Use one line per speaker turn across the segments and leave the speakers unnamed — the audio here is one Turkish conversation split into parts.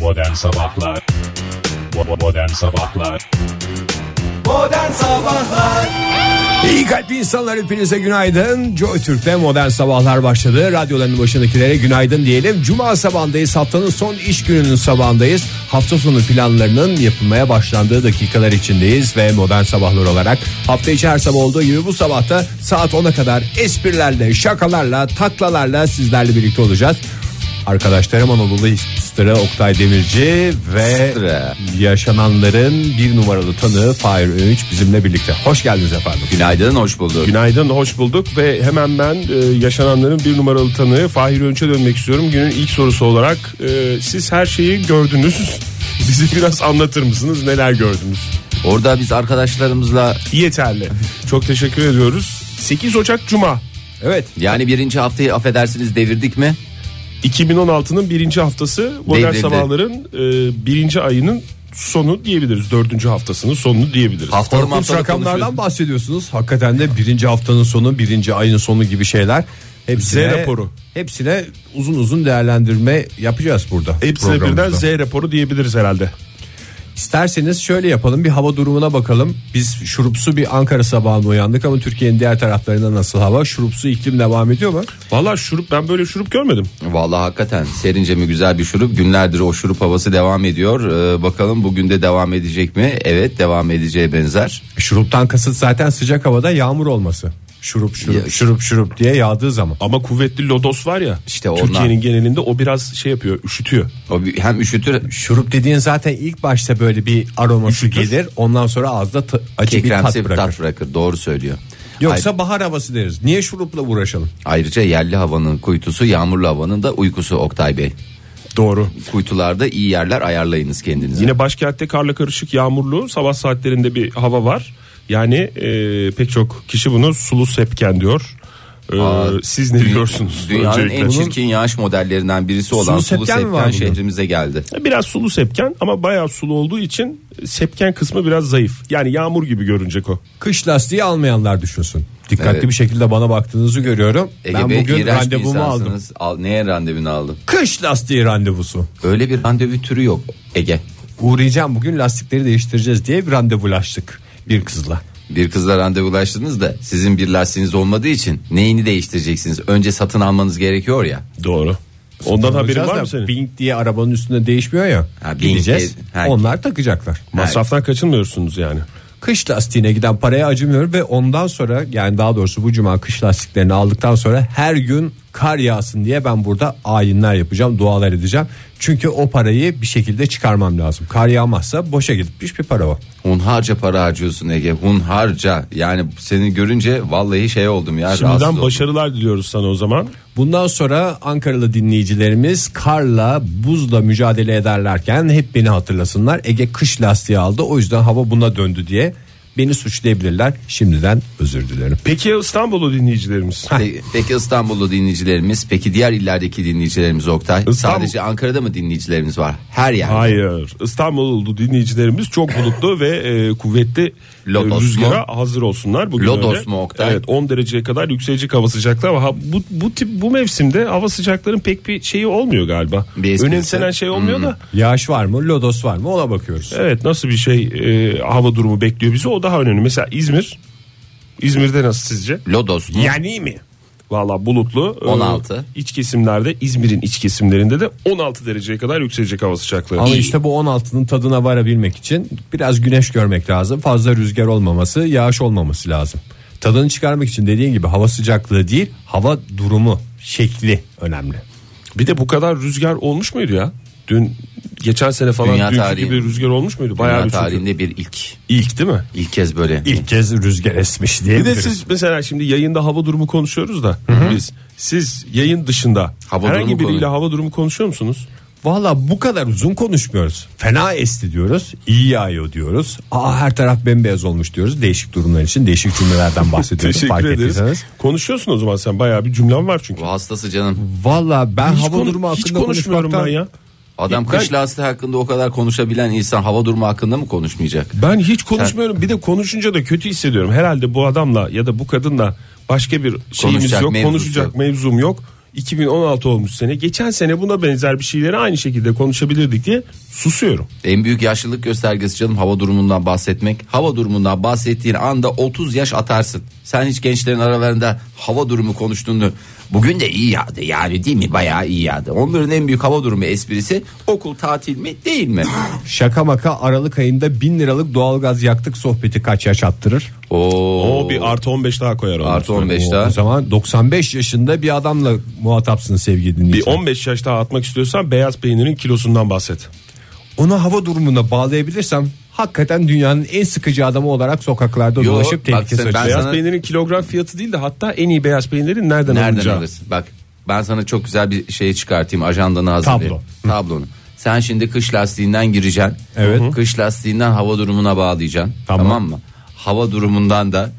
Modern Sabahlar Bo- Modern Sabahlar
Modern Sabahlar
İyi kalpli insanlar hepinize günaydın. Joy Türk'te modern sabahlar başladı. Radyoların başındakilere günaydın diyelim. Cuma sabahındayız. Haftanın son iş gününün sabahındayız. Hafta sonu planlarının yapılmaya başlandığı dakikalar içindeyiz ve modern sabahlar olarak hafta içi her sabah olduğu gibi bu sabahta saat 10'a kadar esprilerle, şakalarla, taklalarla sizlerle birlikte olacağız. Arkadaşlarım Anadolu Histra Oktay Demirci ve
Histra.
yaşananların bir numaralı tanığı Fahir Öğünç bizimle birlikte. Hoş geldiniz efendim.
Günaydın hoş bulduk
Günaydın, hoş bulduk ve hemen ben e, yaşananların bir numaralı tanığı Fahir Önç'e dönmek istiyorum. Günün ilk sorusu olarak e, siz her şeyi gördünüz. Bizi biraz anlatır mısınız? Neler gördünüz?
Orada biz arkadaşlarımızla
Yeterli. Çok teşekkür ediyoruz. 8 Ocak Cuma.
Evet.
yani birinci haftayı affedersiniz devirdik mi?
2016'nın birinci haftası modern
Devrildi.
sabahların e, birinci ayının sonu diyebiliriz. Dördüncü haftasının sonunu diyebiliriz.
Haftalı mı
Korkunç
haftalı
rakamlardan
konuşuyoruz?
bahsediyorsunuz. Hakikaten de birinci haftanın sonu, birinci ayın sonu gibi şeyler. Hepsine,
Z raporu.
Hepsine uzun uzun değerlendirme yapacağız burada.
Hepsine
programımızda.
birden Z raporu diyebiliriz herhalde.
İsterseniz şöyle yapalım bir hava durumuna bakalım. Biz şurupsu bir Ankara sabahında uyandık ama Türkiye'nin diğer taraflarında nasıl hava? Şurupsu iklim devam ediyor mu?
Valla şurup ben böyle şurup görmedim.
Vallahi hakikaten serince mi güzel bir şurup günlerdir o şurup havası devam ediyor Ee, bakalım bugün de devam edecek mi? Evet devam edeceğe benzer
Şuruptan kasıt zaten sıcak havada yağmur olması. Şurup şurup
Ya-
şurup şurup diye yağdığı zaman.
Ama kuvvetli lodos var ya.
İşte ondan.
Türkiye'nin genelinde o biraz şey yapıyor, üşütüyor.
o bir- hem üşütür
Şurup dediğin zaten ilk başta böyle bir aroması
Üşütür.
gelir. Ondan sonra ağızda ta- acı bir tat
kekremsi bir
bırakır.
tat bırakır doğru söylüyor
Yoksa bahar havası deriz. Niye şurupla uğraşalım?
Ayrıca yerli havanın kuytusu yağmurlu havanın da uykusu Oktay Bey
Doğru.
Kuytularda iyi yerler ayarlayınız kendinize
Yine başkentte karla karışık yağmurlu sabah saatlerinde bir hava var. Yani e, pek çok kişi bunu sulu sepken diyor. E, siz ne diyorsunuz?
Dünyanın en
öncelikle?
çirkin yağış modellerinden birisi olan Sulu,
Sulu sepken mi
Sepken,
var bunun?
şehrimize geldi.
Biraz sulu sepken ama bayağı sulu olduğu için sepken kısmı biraz zayıf. Yani yağmur gibi görünecek o.
Kış lastiği almayanlar düşünsün. Dikkatli
Evet.
bir şekilde bana baktığınızı görüyorum.
Ege
ben
Bey,
bugün
iğrenç bir
randevumu aldım.
insansınız. Al, neye randevunu aldın?
Kış lastiği randevusu.
Öyle bir randevu türü yok Ege.
Uğrayacağım bugün lastikleri değiştireceğiz diye bir randevulaştık bir kızla.
Bir kızla randevulaştınız da sizin bir lastiğiniz olmadığı için neyini değiştireceksiniz? Önce satın almanız gerekiyor ya.
Doğru. Ondan haberin
Alacağız
var
da
mı senin?
Bing diye arabanın üstünde değişmiyor ya.
Ha, Bing
gideceğiz.
diye- ha.
Onlar takacaklar.
Masraftan kaçınmıyorsunuz yani.
Kış lastiğine giden paraya acımıyor ve ondan sonra yani daha doğrusu bu cuma kış lastiklerini aldıktan sonra her gün kar yağsın diye ben burada ayinler yapacağım, dualar edeceğim. Çünkü o parayı bir şekilde çıkarmam lazım. Kar yağmazsa boşa gitmiş bir para o.
Hunharca para harcıyorsun Ege. Hunharca. Yani seni görünce vallahi şey oldum ya. rahatsız
Şimdiden
oldum.
başarılar diliyoruz sana o zaman.
Bundan sonra Ankaralı dinleyicilerimiz karla, buzla mücadele ederlerken hep beni hatırlasınlar. Ege kış lastiği aldı o yüzden hava buna döndü diye beni suçlayabilirler. Şimdiden özür dilerim.
Peki ya İstanbul'u dinleyicilerimiz?
Pe- Peki İstanbul'lu dinleyicilerimiz, peki diğer illerdeki dinleyicilerimiz Oktay.
İstanbul-
Sadece Ankara'da mı dinleyicilerimiz var? Her yerde.
Hayır. İstanbul'lu dinleyicilerimiz çok bulutlu ve e, kuvvetli e,
Lodos mu?
rüzgara hazır olsunlar bugün.
Lodos
öyle.
mu Oktay?
Evet 10 dereceye kadar yükselecek hava sıcaklığı ama ha- bu bu tip bu mevsimde hava sıcakların pek bir şeyi olmuyor galiba.
Bir Hmm. esprisi.
Önemsenen şey olmuyor da.
Yağış var mı, lodos var mı ona bakıyoruz.
Evet nasıl bir şey e, hava durumu bekliyor bizi o daha önemli. Mesela İzmir. İzmir'de nasıl sizce?
Lodos mu?
Yani mi? Valla bulutlu. e,
16.
iç kesimlerde İzmir'in iç kesimlerinde de 16 dereceye kadar yükselecek hava sıcaklığı.
Ama işte bu 16'nın tadına varabilmek için biraz güneş görmek lazım. Fazla rüzgar olmaması, yağış olmaması lazım. Tadını çıkarmak için dediğin gibi hava sıcaklığı değil, hava durumu, şekli önemli.
Bir de bu kadar rüzgar olmuş muydu ya? Dün geçen sene falan
Dünya
dünkü
tarihi-
gibi rüzgar olmuş muydu? Bayağı
Dünya
bir çünkü.
tarihinde bir ilk.
İlk değil mi?
İlk kez böyle.
İlk kez rüzgar esmiş
Bir de
diyebiliriz.
siz mesela şimdi yayında hava durumu konuşuyoruz da biz siz yayın dışında
Hava
herhangi
durumu
biriyle
konu-
hava durumu konuşuyor musunuz?
Valla bu kadar uzun konuşmuyoruz. Fena esti diyoruz, iyi yağıyor diyoruz. Aa her taraf bembeyaz olmuş diyoruz. Değişik durumlar için değişik cümlelerden bahsediyoruz. fark
Teşekkür ederiz.
ettiyseniz.
Konuşuyorsun o zaman sen bayağı bir cümlen var çünkü.
Bu hastası canım.
Valla ben
Hiç,
hava
konu-
durumu
hiç
hakkında
konuşmuyorum ben
konuşmaktan-
ya.
Adam
Ben-
kış lastiği hakkında o kadar konuşabilen insan hava durumu hakkında mı konuşmayacak?
Ben hiç konuşmuyorum. Bir de konuşunca da kötü hissediyorum. Herhalde bu adamla ya da bu kadınla başka bir şeyimiz
Konuşacak
yok,
mevzusu
konuşacak
yok.
mevzum yok. 2016 olmuş sene. Geçen sene buna benzer bir şeyleri aynı şekilde konuşabilirdik diye susuyorum.
En büyük yaşlılık göstergesi canım hava durumundan bahsetmek. Hava durumundan bahsettiğin anda 30 yaş atarsın. Sen hiç gençlerin aralarında hava durumu konuştuğunu bugün de iyi yağdı yani değil mi bayağı iyi yağdı. Onların en büyük hava durumu esprisi okul tatil mi değil mi?
Şaka maka Aralık ayında bin liralık doğalgaz yaktık sohbeti kaç yaş attırır?
Oo,
O bir artı 15 daha koyar onun
artı
üstüne.
15
O
daha.
zaman 95 yaşında bir adamla muhatapsın sevgili
Bir
dinleyici.
15 yaş daha atmak istiyorsan beyaz peynirin kilosundan bahset.
Ona hava durumuna bağlayabilirsem hakikaten dünyanın en sıkıcı adamı olarak sokaklarda
Yo,
dolaşıp
bak
tehlike
sen- ben-
saçıyor.
beyaz
sana-
peynirin kilogram fiyatı değil de hatta en iyi beyaz peynirin nereden,
Nereden
alınacağı.
alırsın? Bak ben sana çok güzel bir şey çıkartayım ajandanı hazırlayayım. Tablonu. Sen şimdi kış lastiğinden gireceksin.
Evet.
Kış lastiğinden hava durumuna bağlayacaksın. Tamam,
Tamam.
mı? Hava durumundan da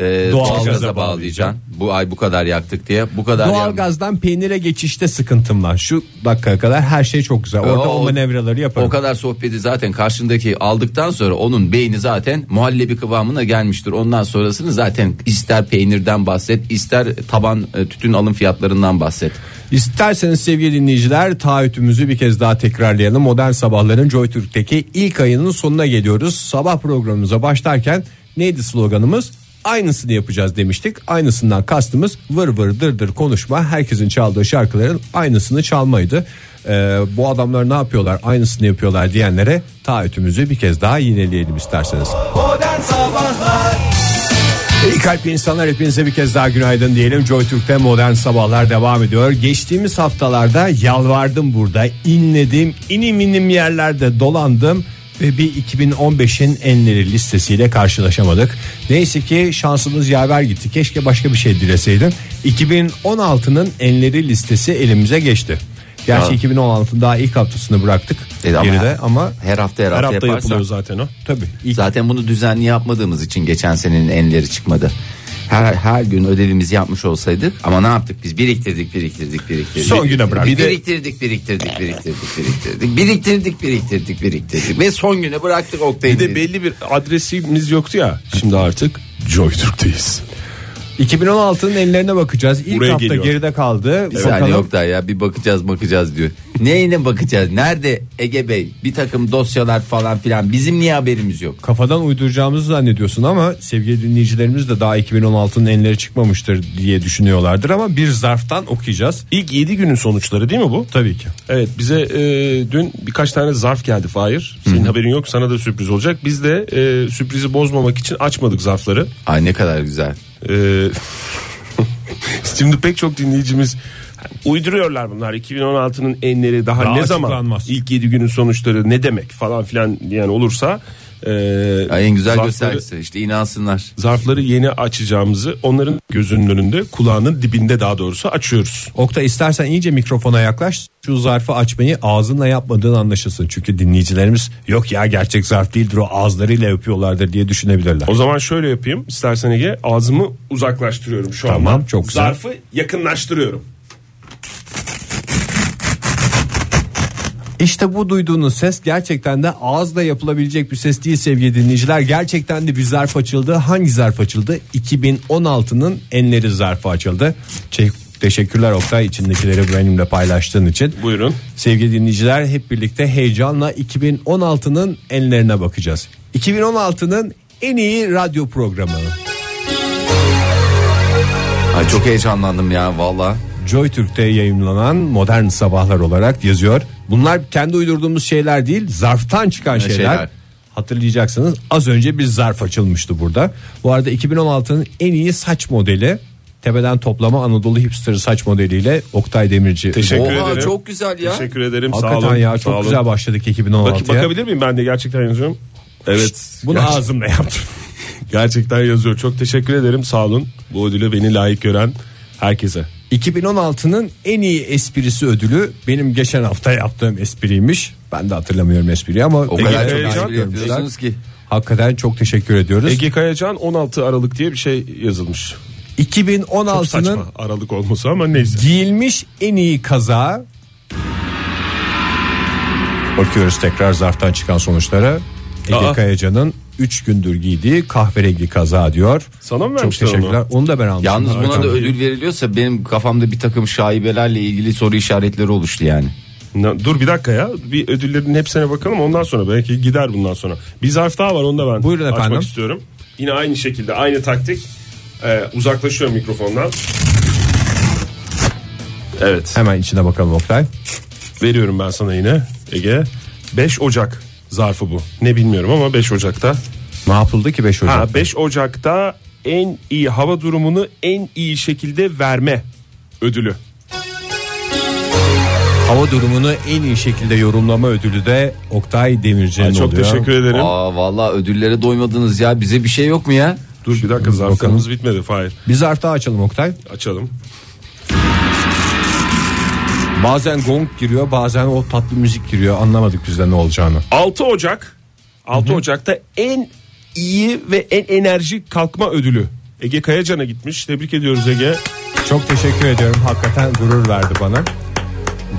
e, doğalgaza
bağlayacaksın.
bağlayacaksın. Bu ay bu kadar yaktık diye. Bu kadar yaktık.
Doğalgazdan peynire geçişte sıkıntım var. Şu dakikaya kadar her şey çok güzel. Orada
O-
o, manevraları yaparım.
O kadar sohbeti zaten karşındaki aldıktan sonra onun beyni zaten muhallebi kıvamına gelmiştir. Ondan sonrasını zaten ister peynirden bahset, ister taban e, tütün alım fiyatlarından bahset.
İsterseniz sevgili dinleyiciler taahhütümüzü bir kez daha tekrarlayalım. Modern Sabahların JoyTürk'teki ilk ayının sonuna geliyoruz. Sabah programımıza başlarken neydi sloganımız? Aynısını yapacağız demiştik. Aynısından kastımız vır vır dır dır konuşma. Herkesin çaldığı şarkıların aynısını çalmaydı. Ee, bu adamlar ne yapıyorlar aynısını yapıyorlar diyenlere taahhütümüzü bir kez daha yineleyelim isterseniz. İyi kalpli insanlar hepinize bir kez daha günaydın diyelim. Joy Türk'te modern sabahlar devam ediyor. Geçtiğimiz haftalarda yalvardım burada. inledim, inim inim yerlerde dolandım ve bir 2015'in enleri listesiyle karşılaşamadık. Neyse ki şansımız yaver gitti. Keşke başka bir şey dileseydim. 2016'nın enleri listesi elimize geçti. Gerçi 2016'nın daha ilk haftasını bıraktık
E, ama-
geride ama
Her hafta her,
Her
hafta,
hafta
yaparsan-
yapılıyor zaten o.
tabii ilk
Zaten bunu düzenli yapmadığımız için geçen senenin enleri çıkmadı. Her, her gün ödevimizi yapmış olsaydık ama ne yaptık biz biriktirdik biriktirdik biriktirdik.
Son güne bıraktık.
Biriktirdik biriktirdik biriktirdik biriktirdik biriktirdik biriktirdik biriktirdik ve son güne bıraktık Oktay'ın.
Bir de belli bir adresimiz yoktu ya. Şimdi artık Joytürk'teyiz.
2016'nın enlerine bakacağız. İlk
Buraya
hafta
geliyor.
geride kaldı.
bir saniye
Bakalım.
Oktay ya bir bakacağız bakacağız diyor. Neyine bakacağız? Nerede Ege Bey? Bir takım dosyalar falan filan. Bizim niye haberimiz yok?
kafadan uyduracağımızı zannediyorsun ama sevgili dinleyicilerimiz de daha 2016'nın enleri çıkmamıştır diye düşünüyorlardır ama bir zarftan okuyacağız.
İlk 7 günün sonuçları değil mi bu?
Tabii ki.
Evet bize e, dün birkaç tane zarf geldi Fahir. Senin haberin yok sana da sürpriz olacak. Biz de e, sürprizi bozmamak için açmadık zarfları.
Ay ne kadar güzel.
E, şimdi pek çok dinleyicimiz uyduruyorlar bunlar. 2016'nın enleri daha,
Daha
ne zaman
açıklanmaz.
ilk 7 günün sonuçları ne demek falan filan diyen olursa. e,
Ay en güzel
zarfları-
göstergesi. İşte inansınlar.
Zarfları yeni açacağımızı onların gözünün önünde kulağının dibinde daha doğrusu açıyoruz.
Okta istersen iyice mikrofona yaklaş. Şu zarfı açmayı ağzınla yapmadığın anlaşılsın. Çünkü dinleyicilerimiz yok ya gerçek zarf değildir o ağızlarıyla yapıyorlardır diye düşünebilirler.
O zaman şöyle yapayım. İstersen Ege ağzımı uzaklaştırıyorum şu an.
Tamam, çok güzel.
Zarfı yakınlaştırıyorum.
İşte bu duyduğunuz ses gerçekten de ağızla yapılabilecek bir ses değil sevgili dinleyiciler. Gerçekten de bir zarf açıldı. Hangi zarf açıldı? 2016'nın enleri zarfı açıldı. Çek- Teşekkürler Oktay içindekileri benimle paylaştığın için.
Buyurun.
Sevgili dinleyiciler hep birlikte heyecanla 2016'nın enlerine bakacağız. 2016'nın en iyi radyo programı.
Ay çok heyecanlandım ya valla.
Joy Türk'te yayınlanan Modern Sabahlar olarak yazıyor. Bunlar kendi uydurduğumuz şeyler değil, zarftan çıkan şeyler.
şeyler.
Hatırlayacaksınız az önce bir zarf açılmıştı burada. Bu arada 2016'nın en iyi saç modeli tepeden toplama Anadolu hipster saç modeliyle Oktay Demirci.
Teşekkür
Oha,
ederim.
çok güzel ya.
Teşekkür ederim. sağ
Hakikaten
olun.
ya
sağ
çok
olun.
güzel başladık 2016'ya.
Bak, bakabilir miyim ben de gerçekten yazıyorum. Evet.
Bunu
Gerçek-
ağzımla yaptım.
gerçekten yazıyor. Çok teşekkür ederim. Sağ olun. Bu ödülü beni layık gören herkese.
2016'nın en iyi esprisi ödülü benim geçen hafta yaptığım espriymiş. Ben de hatırlamıyorum espriyi ama
O kadar
Ege-
çok
Ege-
espri
Ege-
yapıyorsunuz ki.
Hakikaten çok teşekkür ediyoruz.
Ege Kayacan 16 Aralık diye bir şey yazılmış. Çok
2016'nın
saçma Aralık olması ama neyse.
giyilmiş en iyi kaza. Bakıyoruz tekrar zarftan çıkan sonuçlara. Ege
Aa.
Kayacan'ın 3 gündür giydiği kahverengi kaza diyor.
Sana mı
Çok
vermişler onu?
teşekkürler. Onu? da ben almıştım.
Yalnız
Harika.
buna da ödül veriliyorsa benim kafamda bir takım şaibelerle ilgili soru işaretleri oluştu yani.
Na- dur bir dakika ya. Bir ödüllerin hepsine bakalım ondan sonra belki gider bundan sonra. Bir zarf daha var onu da ben
Buyurun
açmak
efendim.
istiyorum. Yine aynı şekilde aynı taktik. Ee, uzaklaşıyorum mikrofondan. Evet.
Hemen içine bakalım Oktay.
Veriyorum ben sana yine Ege. 5 Ocak zarfı bu. Ne bilmiyorum ama 5 Ocak'ta.
Ne yapıldı ki 5 Ocak?
Ha 5 Ocak'ta en iyi hava durumunu en iyi şekilde verme ödülü.
Hava durumunu en iyi şekilde yorumlama ödülü de Oktay Demirci'nin
Ay,
oluyor.
çok teşekkür ederim.
Aa vallahi ödüllere doymadınız ya. Bize bir şey yok mu ya?
Dur bir dakika zarfımız bitmedi Fahir.
Bir zarf daha açalım Oktay.
Açalım.
Bazen gong giriyor bazen o tatlı müzik giriyor anlamadık biz de ne olacağını.
6 Ocak 6 Ocak'ta en iyi ve en enerjik kalkma ödülü Ege Kayacan'a gitmiş. Tebrik ediyoruz Ege.
Çok teşekkür ediyorum hakikaten gurur verdi bana.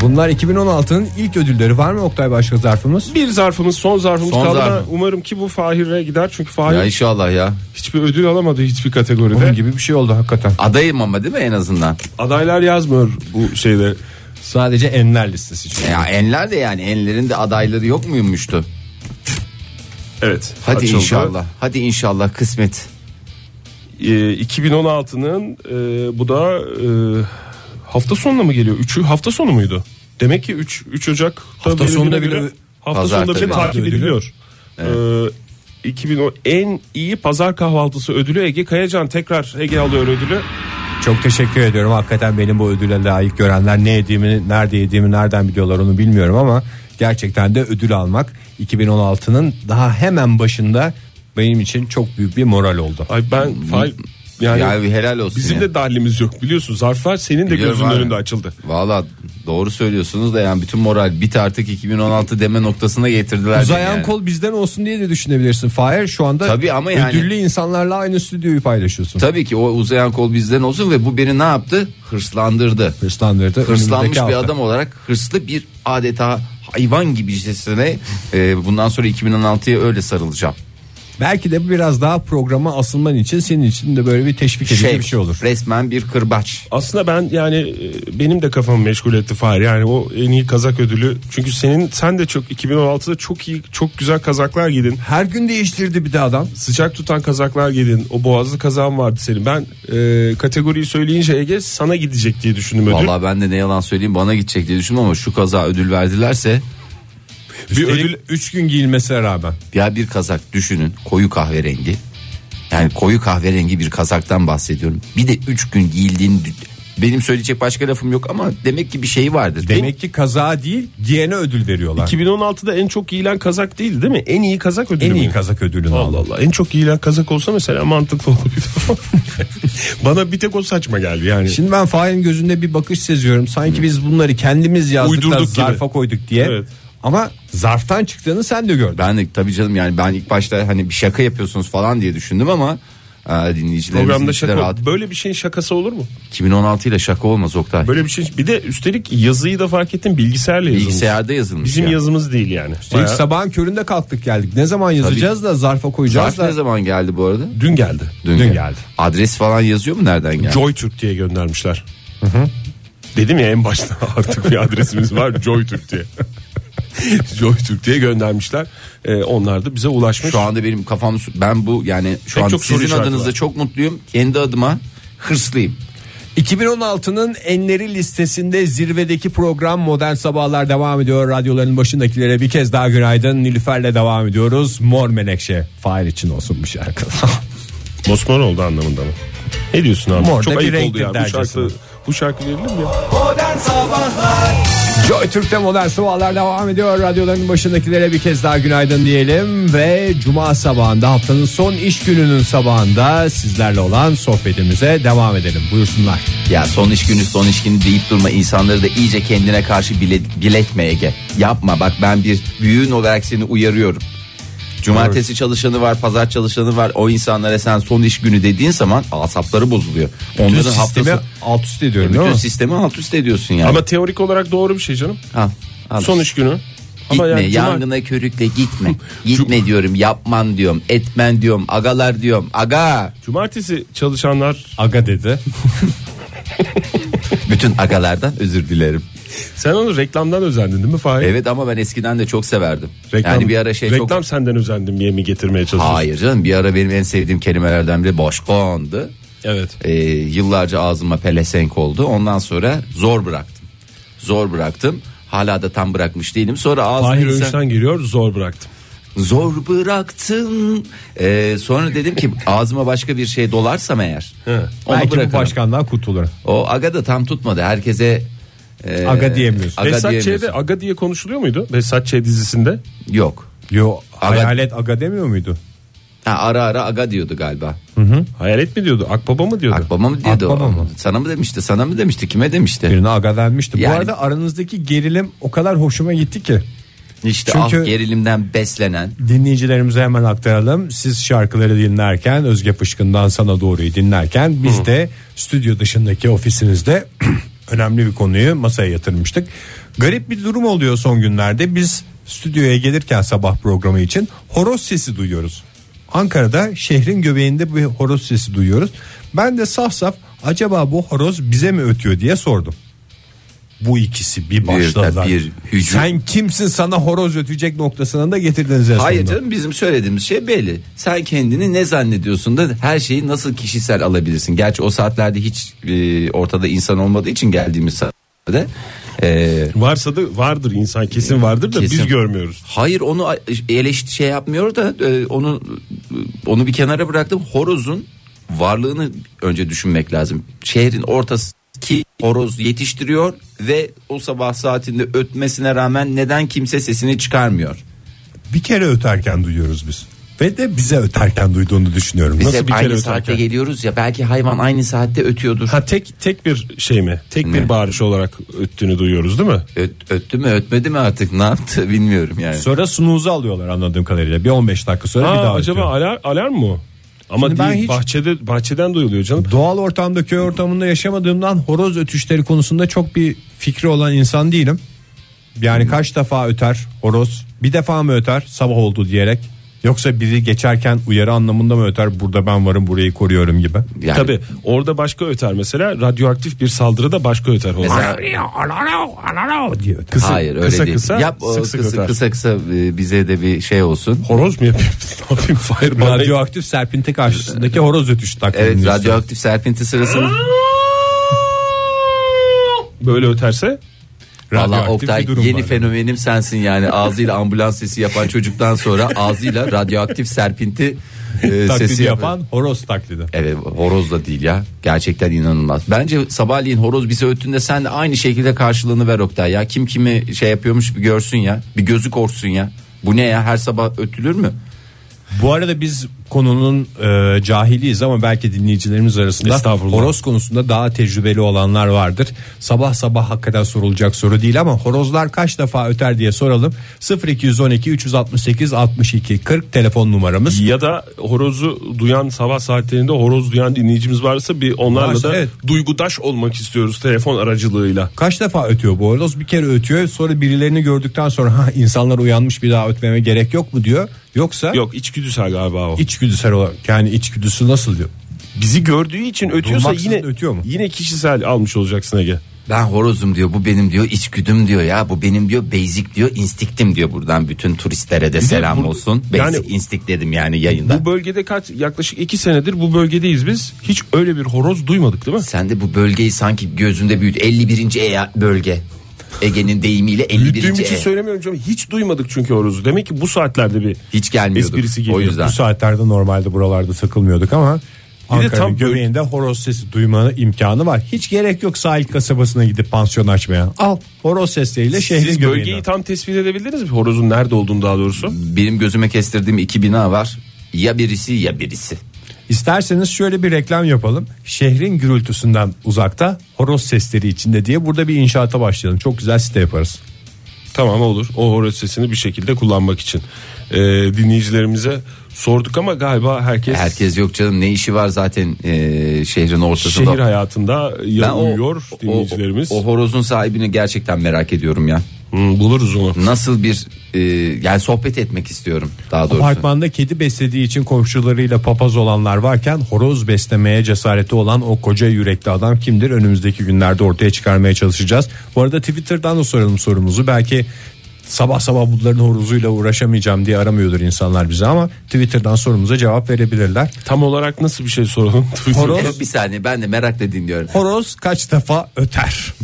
Bunlar 2016'nın ilk ödülleri var mı Oktay başka zarfımız?
Bir zarfımız son zarfımız
Son
kaldı. ama
zarfı.
Umarım ki bu Fahir'e gider. Çünkü
Ya
Fahir
inşallah ya.
hiçbir ödül alamadı hiçbir
Bunun
kategoride.
gibi bir şey oldu hakikaten.
Adayım ama değil mi en azından?
Adaylar yazmıyor bu şeyde.
Sadece enler listesi için.
Ya enler de yani enlerin de adayları yok muymuştu?
Evet.
Hadi
açıldı.
inşallah. Hadi inşallah kısmet.
Ee, 2016'nın e, bu da e, hafta sonuna mı geliyor? Üçü hafta sonu muydu? Demek ki 3 3 Ocak
Hafta sonunda bile-
hafta sonunda
Pazartesi
bile takip
ödülü.
ediliyor. Ee, 2010 en iyi pazar kahvaltısı ödülü Ege Kayacan tekrar Ege alıyor ödülü.
Çok teşekkür ediyorum. Hakikaten benim bu ödüle layık görenler ne yediğimi, nerede yediğimi, nereden biliyorlar onu bilmiyorum ama gerçekten de ödül almak 2016'nın daha hemen başında benim için çok büyük bir moral oldu.
Ay ben Fahir, yani
ya helal olsun.
bizim
ya.
de dahlimiz yok biliyorsun. Zarflar senin de
Biliyorum
gözünün
abi.
önünde açıldı.
Valla doğru söylüyorsunuz da yani bütün moral bit artık 2016 deme noktasına getirdiler.
Uzayan
yani.
kol bizden olsun diye de düşünebilirsin. Fahir şu anda
Tabii ama yani-
ödüllü insanlarla aynı stüdyoyu paylaşıyorsun.
Tabii ki o uzayan kol bizden olsun ve bu beni ne yaptı? Hırslandırdı.
Hırslandırdı.
Hırslanmış bir
Önümüzdeki hafta.
adam olarak hırslı bir adeta hayvan gibi hissine e, bundan sonra 2016'ya öyle sarılacağım.
Belki de biraz daha programa asılman için senin için de böyle bir teşvik edici bir şey olur.
Resmen bir kırbaç.
Aslında ben yani e, benim de kafamı meşgul etti Fahri. Yani o en iyi kazak ödülü. Çünkü senin sen de çok 2016'da çok iyi çok güzel kazaklar giydin.
Her gün değiştirdi bir de adam.
Sıcak tutan kazaklar giydin. O boğazlı kazağın vardı senin. Ben e, kategoriyi söyleyince Ege sana gidecek diye düşündüm ödül.
Vallahi ben de ne yalan söyleyeyim bana gidecek diye düşündüm ama şu kaza ödül verdilerse
bir ödül
Ödül 3 gün giyilmesine rağmen.
ya bir kazak düşünün koyu kahverengi. Yani koyu kahverengi bir kazaktan bahsediyorum. Bir de 3 gün giyildiğini benim söyleyecek başka lafım yok ama demek ki bir şey vardır.
Demek ki kaza değil giyene ödül veriyorlar.
2016'da en çok giyilen kazak değil değil mi? En iyi kazak ödülü.
en iyi
mü?
kazak ödülünü
Allah
aldı.
Allah. En çok giyilen kazak olsa mesela mantıklı olabilir. Bana bir tek o saçma geldi yani.
Şimdi ben Fahir'in gözünde bir bakış seziyorum. Sanki biz bunları kendimiz yazdık
Uydurduk
da
gibi.
zarfa koyduk diye.
Evet.
Ama zarftan çıktığını sen de gördün.
Ben de tabii canım yani ben ilk başta hani bir şaka yapıyorsunuz falan diye düşündüm ama e, dinleyicilerimizin
Programda
içi de
şaka.
rahat.
Böyle bir şeyin şakası olur mu?
2016 ile şaka olmaz Oktay.
Böyle bir şey. Bir de üstelik yazıyı da fark ettim bilgisayarla yazılmış.
Bilgisayarda yazılmış.
Bizim
ya.
yazımız değil yani.
İlk
Bayağı-
sabahın köründe kalktık geldik. Ne zaman yazacağız da zarfa koyacağız
Zarf
da.
ne zaman geldi bu arada?
dün geldi.
Dün,
Dün
geldi.
geldi.
Adres falan yazıyor mu nereden geldi?
JoyTürk diye göndermişler. Dedim ya en başta artık bir adresimiz var JoyTürk diye. JoyTürk diye göndermişler. Ee, onlar da bize ulaşmış.
Şu anda benim kafam su- ben bu yani şu
Pek
an
çok soru
sizin
işareti
adınızda
var.
çok mutluyum. Kendi adıma hırslıyım.
2016'nın enleri listesinde zirvedeki program Modern Sabahlar devam ediyor. Radyoların başındakilere bir kez daha günaydın. Nilüfer'le devam ediyoruz. Mor Menekşe. Fahir için olsun bu şarkı.
Mosmor oldu anlamında mı? Ne diyorsun abi?
Mor da
çok
bir
ayıp oldu
renktir
ya. Bu şarkı,
dercesine.
bu şarkı verilir mi ya?
Joy Türk'te Modern Sabahlar devam ediyor. Radyoların başındakilere bir kez daha günaydın diyelim. Ve Cuma sabahında haftanın son iş gününün sabahında sizlerle olan sohbetimize devam edelim. Buyursunlar.
Ya son iş günü son iş günü deyip durma insanları da iyice kendine karşı bile, biletme Ege. Yapma bak ben bir büyüğün olarak seni uyarıyorum. Cumartesi çalışanı var, pazar çalışanı var. O insanlara sen son iş günü dediğin zaman asapları bozuluyor.
Bütün
Onların
sistemi
haftası
alt üst ediyorum değil
bütün
mi?
sistemi alt üst ediyorsun yani.
Ama teorik olarak doğru bir şey canım.
Al, al.
Son iş günü. Ama
Gitme
yani cuma-
yangına körükle gitme. gitme diyorum yapman diyorum etmen diyorum agalar diyorum aga.
Cumartesi çalışanlar
Aga dedi.
Bütün agalardan özür dilerim.
sen onu reklamdan özendin değil mi Fahir?
Evet ama ben eskiden de çok severdim.
Reklam,
yani bir ara şey
reklam
çok...
senden özendim diye mi getirmeye çalışıyorsun?
Hayır canım bir ara benim en sevdiğim kelimelerden biri başkandı.
Evet.
Ee, yıllarca ağzıma pelesenk oldu. Ondan sonra zor bıraktım. Zor bıraktım. Hala da tam bırakmış değilim. Sonra ağzıma
Fahir
insan-
Önç'ten geliyor zor bıraktım.
Zor bıraktım. Ee, sonra dedim ki ağzıma başka bir şey dolarsam eğer. Onu
Belki bu
bırakarım.
başkandan kurtulur.
O aga da tam tutmadı. Herkese e,
Aga diyemiyorsun.
Aga
Behzat
diyemiyorsun.
Ç'de Aga diye konuşuluyor muydu? Behzat Ç dizisinde.
Yok.
Yo
Aga-
hayalet aga demiyor muydu?
Ha, ara ara aga diyordu galiba.
Hayalet mi diyordu? Akbaba mı diyordu?
Akbaba mı diyordu?
Akbaba
o?
mı?
Sana mı demişti? Sana mı demişti? Kime demişti?
Birine aga denmişti.
Yani-
Bu arada aranızdaki gerilim o kadar hoşuma gitti ki.
İşte
Çünkü-
ah gerilimden beslenen.
Dinleyicilerimize hemen aktaralım. Siz şarkıları dinlerken Özge Pışkın'dan sana doğruyu dinlerken biz de stüdyo dışındaki ofisinizde önemli bir konuyu masaya yatırmıştık. Garip bir durum oluyor son günlerde. Biz stüdyoya gelirken sabah programı için horoz sesi duyuyoruz. Ankara'da şehrin göbeğinde bir horoz sesi duyuyoruz. Ben de saf saf acaba bu horoz bize mi ötüyor diye sordum. Bu ikisi bir başladılar.
bir hücum.
Sen kimsin sana horoz ötecek noktasına da getirdiniz en
Hayır
sonunda.
canım bizim söylediğimiz şey belli. Sen kendini ne zannediyorsun da her şeyi nasıl kişisel alabilirsin. Gerçi o saatlerde hiç e, ortada insan olmadığı için geldiğimiz saatlerde. e,
Varsa da vardır insan kesin vardır da
Kesin.
biz görmüyoruz.
Hayır onu eleşt şey yapmıyor da e, onu e, onu bir kenara bıraktım. Horozun varlığını önce düşünmek lazım. Şehrin ortası ki horoz yetiştiriyor ve o sabah saatinde ötmesine rağmen neden kimse sesini çıkarmıyor?
Bir kere öterken duyuyoruz biz. Ve de bize öterken duyduğunu düşünüyorum.
Biz
Nasıl-
hep
bir kere
aynı saatte
öterken?
geliyoruz ya belki hayvan aynı saatte ötüyordur.
Ha tek tek bir şey mi? Tek bir bağırış olarak öttüğünü duyuyoruz değil mi?
Öt- öttü mü ötmedi mi artık ne yaptı bilmiyorum yani.
Sonra snuzu alıyorlar anladığım kadarıyla. Bir 15 dakika sonra bir
Ha,
daha
acaba
ötüyor.
alar, alarm mı? o? Ama
Şimdi ben
değil,
hiç-
bahçede bahçeden duyuluyor canım.
Doğal ortamda köy ortamında yaşamadığımdan horoz ötüşleri konusunda çok bir fikri olan insan değilim. Yani
Hmm.
kaç defa öter horoz? Bir defa mı öter sabah oldu diyerek? Yoksa biri geçerken uyarı anlamında mı öter? Burada ben varım burayı koruyorum gibi.
yani
Tabii orada başka öter mesela radyoaktif bir saldırı da başka öter. Horoz.
Mesela-
diye öter.
Kısa-
Hayır öyle
kısa
değil.
kısa,
Yap o
sık sık
kısa,
öter.
kısa kısa e, bize de bir şey olsun.
Horoz mu yapayım? ne yapayım? Hayır, bana-
Radyoaktif serpinti karşısındaki horoz ötüşü taklidini
Evet
istiyorum.
radyoaktif serpinti sırasında
Böyle öterse
Valla
Radyoaktif
Oktay
bir durum
yeni
var.
fenomenim sensin yani ağzıyla ambulans sesi yapan çocuktan sonra ağzıyla radyoaktif serpinti e, sesi
taklidi
yapan.
yapan horoz taklidi.
Evet horoz da değil ya gerçekten inanılmaz. Bence sabahleyin horoz bize öttüğünde sen de aynı şekilde karşılığını ver Oktay ya. Kim kimi şey yapıyormuş bir görsün ya bir gözü korksun ya. Bu ne ya her sabah ötülür mü?
Bu arada biz konunun e, cahiliyiz ama belki dinleyicilerimiz arasında
Estağfurullah.
horoz konusunda daha tecrübeli olanlar vardır. Sabah sabah hakikaten sorulacak soru değil ama horozlar kaç defa öter diye soralım. 0212 368 62 40 telefon numaramız.
ya da horozu duyan sabah saatlerinde horoz duyan dinleyicimiz varsa bir onlarla
Varsa,
da
evet.
duygudaş olmak istiyoruz telefon aracılığıyla.
Kaç defa ötüyor bu horoz? Bir kere ötüyor. Sonra birilerini gördükten sonra ha insanlar uyanmış bir daha ötmeme gerek yok mu diyor. Yoksa
Yok içgüdüsel galiba o.
içgüdüsel olarak yani içgüdüsü nasıl diyor?
Bizi gördüğü için ötüyorsa
Durmaksızın
yine
ötüyor mu?
yine kişisel almış olacaksın Ege.
Ben horozum diyor bu benim diyor içgüdüm diyor ya bu benim diyor basic diyor instiktim diyor buradan bütün turistlere de selam
bu-
olsun. Basic
yani-
instinct dedim yani yayında.
Bu bölgede kaç yaklaşık iki senedir bu bölgedeyiz biz. Hiç öyle bir horoz duymadık değil mi?
Sen de bu bölgeyi sanki gözünde büyüt. 51. E bölge. Ege'nin deyimiyle 51.
Büyüttüğüm
E.
için söylemiyorum canım. Hiç duymadık çünkü horozu. Demek ki bu saatlerde bir
Hiç gelmiyordu.
Esprisi geliyor.
o yüzden.
Bu saatlerde normalde buralarda takılmıyorduk ama Ankara'nın
tam
göbeğinde horoz sesi duyma imkanı var. Hiç gerek yok sahil kasabasına gidip pansiyon açmaya. Al horoz sesleriyle şehrin
Siz bölgeyi
göbeğinde.
tam tespit edebildiniz mi? Horozun nerede olduğunu daha doğrusu.
Benim gözüme kestirdiğim iki bina var. Ya birisi ya birisi.
İsterseniz şöyle bir reklam yapalım. Şehrin gürültüsünden uzakta horoz sesleri içinde diye burada bir inşaata başlayalım. Çok güzel site yaparız.
Tamam olur. O horoz sesini bir şekilde kullanmak için. Ee, dinleyicilerimize sorduk ama galiba herkes,
Herkes yok canım ne işi var zaten eee, şehrin ortasında.
şehir hayatında
Ben o-
yanılıyor
o-
dinleyicilerimiz.
O, o horozun sahibini gerçekten merak ediyorum ya.
Hmm, buluruz onu.
Nasıl bir e, yani sohbet etmek istiyorum daha doğrusu.
Apartmanda kedi beslediği için komşularıyla papaz olanlar varken horoz beslemeye cesareti olan o koca yürekli adam kimdir? Önümüzdeki günlerde ortaya çıkarmaya çalışacağız. Bu arada Twitter'dan da soralım sorumuzu. Belki sabah sabah bunların horozuyla uğraşamayacağım diye aramıyordur insanlar bizi ama Twitter'dan sorumuza cevap verebilirler.
Tam olarak nasıl bir şey soralım?
Horoz,
Evet, bir saniye ben de merakla dinliyorum.
horoz kaç defa öter?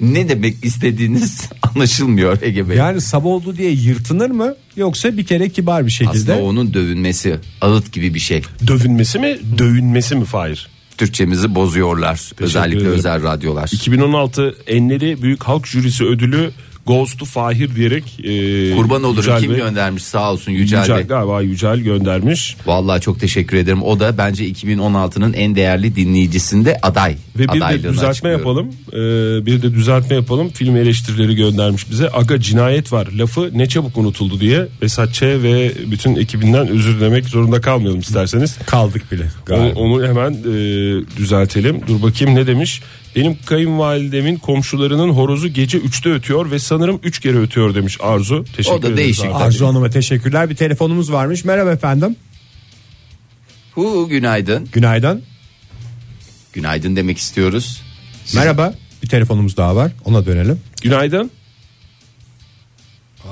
Ne demek istediğiniz anlaşılmıyor Ege Bey.
Yani sabah oldu diye yırtınır mı? Yoksa bir kere kibar bir şekilde.
Aslında onun dövünmesi ağıt gibi bir şey.
Dövünmesi mi? Dövünmesi mi Fahir?
Türkçemizi bozuyorlar. özellikle
ederim.
özel radyolar.
2016 Enleri Büyük Halk Jürisi ödülü Ghost'u Fahir diyerek e,
Kurban olurum
Yücel
kim
Bey-
göndermiş sağ olsun Yücel,
Yücel
Bey.
galiba Yücel göndermiş
Vallahi çok teşekkür ederim. O da bence 2016'nın en değerli dinleyicisinde aday.
ve bir de
Adaylığını
düzeltme
açıklıyorum.
yapalım E, bir de düzeltme yapalım film eleştirileri göndermiş bize aga cinayet var lafı ne çabuk unutuldu diye Esat Ç ve bütün ekibinden özür dilemek zorunda kalmayalım isterseniz
Kaldık bile.
Onu,
galiba.
onu hemen e, düzeltelim. Dur bakayım ne demiş? Benim kayınvalidemin komşularının horozu gece 3'te ötüyor ve sanırım 3 kere ötüyor demiş Arzu. Teşekkür
O da
ederiz
değişik.
Arzu.
Arzu Hanım'a teşekkürler. Bir telefonumuz varmış. Merhaba efendim.
Hu günaydın.
Günaydın.
Günaydın demek istiyoruz.
Merhaba. Bir telefonumuz daha var. Ona dönelim.
Günaydın.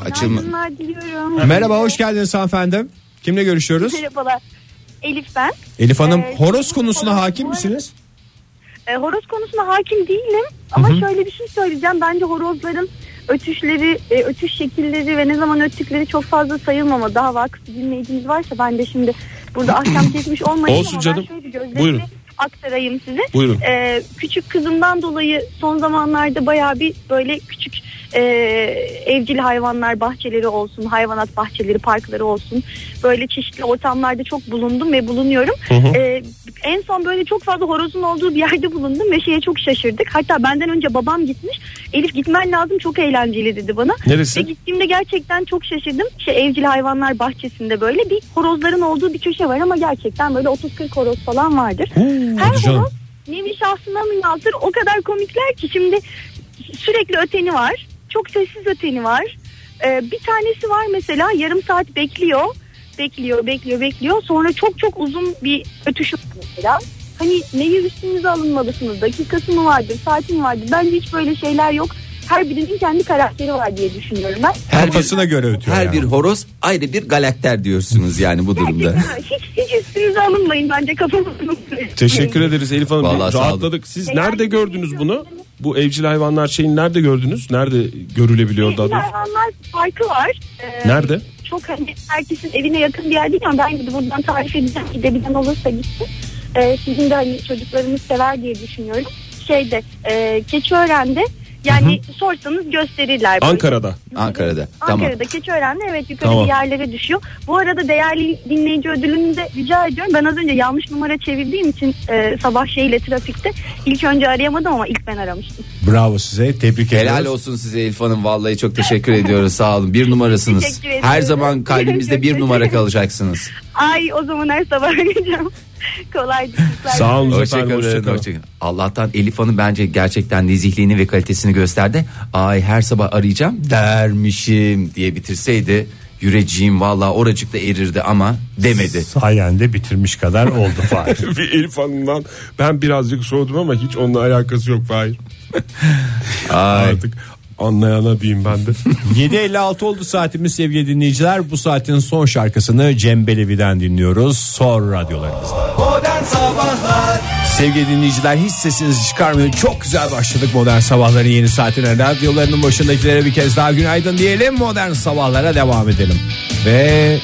Açılma.
Günaydınlar diliyorum.
Merhaba hoş geldiniz hanımefendi. Kimle görüşüyoruz?
Merhabalar. Elif ben.
Elif Hanım
Ee,
horoz
bu-
konusuna
bu-
hakim
bu-
misiniz?
E, horoz konusunda hakim değilim ama şöyle bir şey söyleyeceğim. Bence horozların ötüşleri, e, ötüş şekilleri ve ne zaman öttükleri çok fazla sayılmama. Daha vakıf dinleyicimiz varsa ben de şimdi burada ahkam kesmiş olmayayım
Olsun
ama
canım.
ben şöyle bir gözlerimi
Buyurun.
aktarayım size.
Buyurun.
E, küçük kızımdan dolayı son zamanlarda bayağı bir böyle küçük e, evcil hayvanlar bahçeleri olsun, hayvanat bahçeleri, parkları olsun. Böyle çeşitli ortamlarda çok bulundum ve bulunuyorum. Ee, en son böyle çok fazla horozun olduğu bir yerde bulundum ve şeye çok şaşırdık. Hatta benden önce babam gitmiş. Elif gitmen lazım çok eğlenceli dedi bana.
Neresi?
Ve gittiğimde gerçekten çok şaşırdım. Şey, evcil hayvanlar bahçesinde böyle bir horozların olduğu bir köşe var ama gerçekten böyle 30-40 horoz falan vardır. Her
hadi canım.
horoz nevi şahsına münasır o kadar komikler ki şimdi sürekli öteni var. Çok sessiz öteni var. Ee, bir tanesi var mesela yarım saat bekliyor. Bekliyor, bekliyor, bekliyor. Sonra çok çok uzun bir ötüşü var mesela. Hani neye üstünüze alınmalısınız? Dakikası mı vardır, saati mi vardır? Bence hiç böyle şeyler yok. Her birinin kendi karakteri var diye düşünüyorum ben.
Her bir,
Kafasına göre ötüyor.
her
yani.
bir horoz ayrı bir galakter diyorsunuz yani bu durumda.
Gerçekten hiç, hiç üstünüze alınmayın bence kafanızı.
Teşekkür ederiz Elif Hanım.
Vallahi sağ olun.
Rahatladık. Siz
Eğer
nerede
bir
gördünüz
şey
bunu?
yoksa-
Bu evcil hayvanlar şeyini nerede gördünüz? Nerede görülebiliyor daha
Evcil
doğrusu?
hayvanlar parkı var. Ee,
Nerede?
Çok hani herkesin evine yakın bir yer değil ama ben de buradan tarif edeceğim. Gidebilen olursa gitsin. Ee, sizin de hani çocuklarımız sever diye düşünüyorum. Şeyde e, Keçiören'de yani sorsanız gösterirler. böyle.
Ankara'da.
Ankara'da. Tamam.
Ankara'da Keçiören'de evet yukarı
Tamam.
bir yerlere düşüyor. Bu arada değerli dinleyici ödülünü de rica ediyorum. Ben az önce yanlış numara çevirdiğim için e, sabah şeyle trafikte ilk önce arayamadım ama ilk ben aramıştım.
Bravo size tebrik ediyoruz.
Helal olsun size Elif Hanım. Vallahi çok teşekkür ediyoruz. Sağ olun. Bir numarasınız.
Teşekkür ediyorum.
Her zaman kalbimizde bir
Teşekkür
numara
ederim.
kalacaksınız.
Ay o zaman her sabah arayacağım. Kolay gelsin.
Sağ olun efendim.
Hoşçakalın.
Hoşçakalın.
Hoşçakalın. Allah'tan Elif Hanım bence gerçekten nezihliğini ve kalitesini gösterdi. Ay her sabah arayacağım dermişim diye bitirseydi yüreceğim vallahi oracıkta erirdi ama demedi.
Sayende bitirmiş kadar oldu Fahir.
Bir Elif Hanım'dan ben birazcık soğudum ama hiç onunla alakası yok Fahir. Artık anlayana diyeyim ben de.
7.56 oldu saatimiz sevgili dinleyiciler. Bu saatin son şarkısını Cem Belevi'den dinliyoruz. Sor radyolarımızda. Sevgili dinleyiciler hiç sesinizi çıkarmayın. Çok güzel başladık modern sabahların yeni saatine. Radyolarının başındakilere bir kez daha günaydın diyelim. Modern sabahlara devam edelim. Ve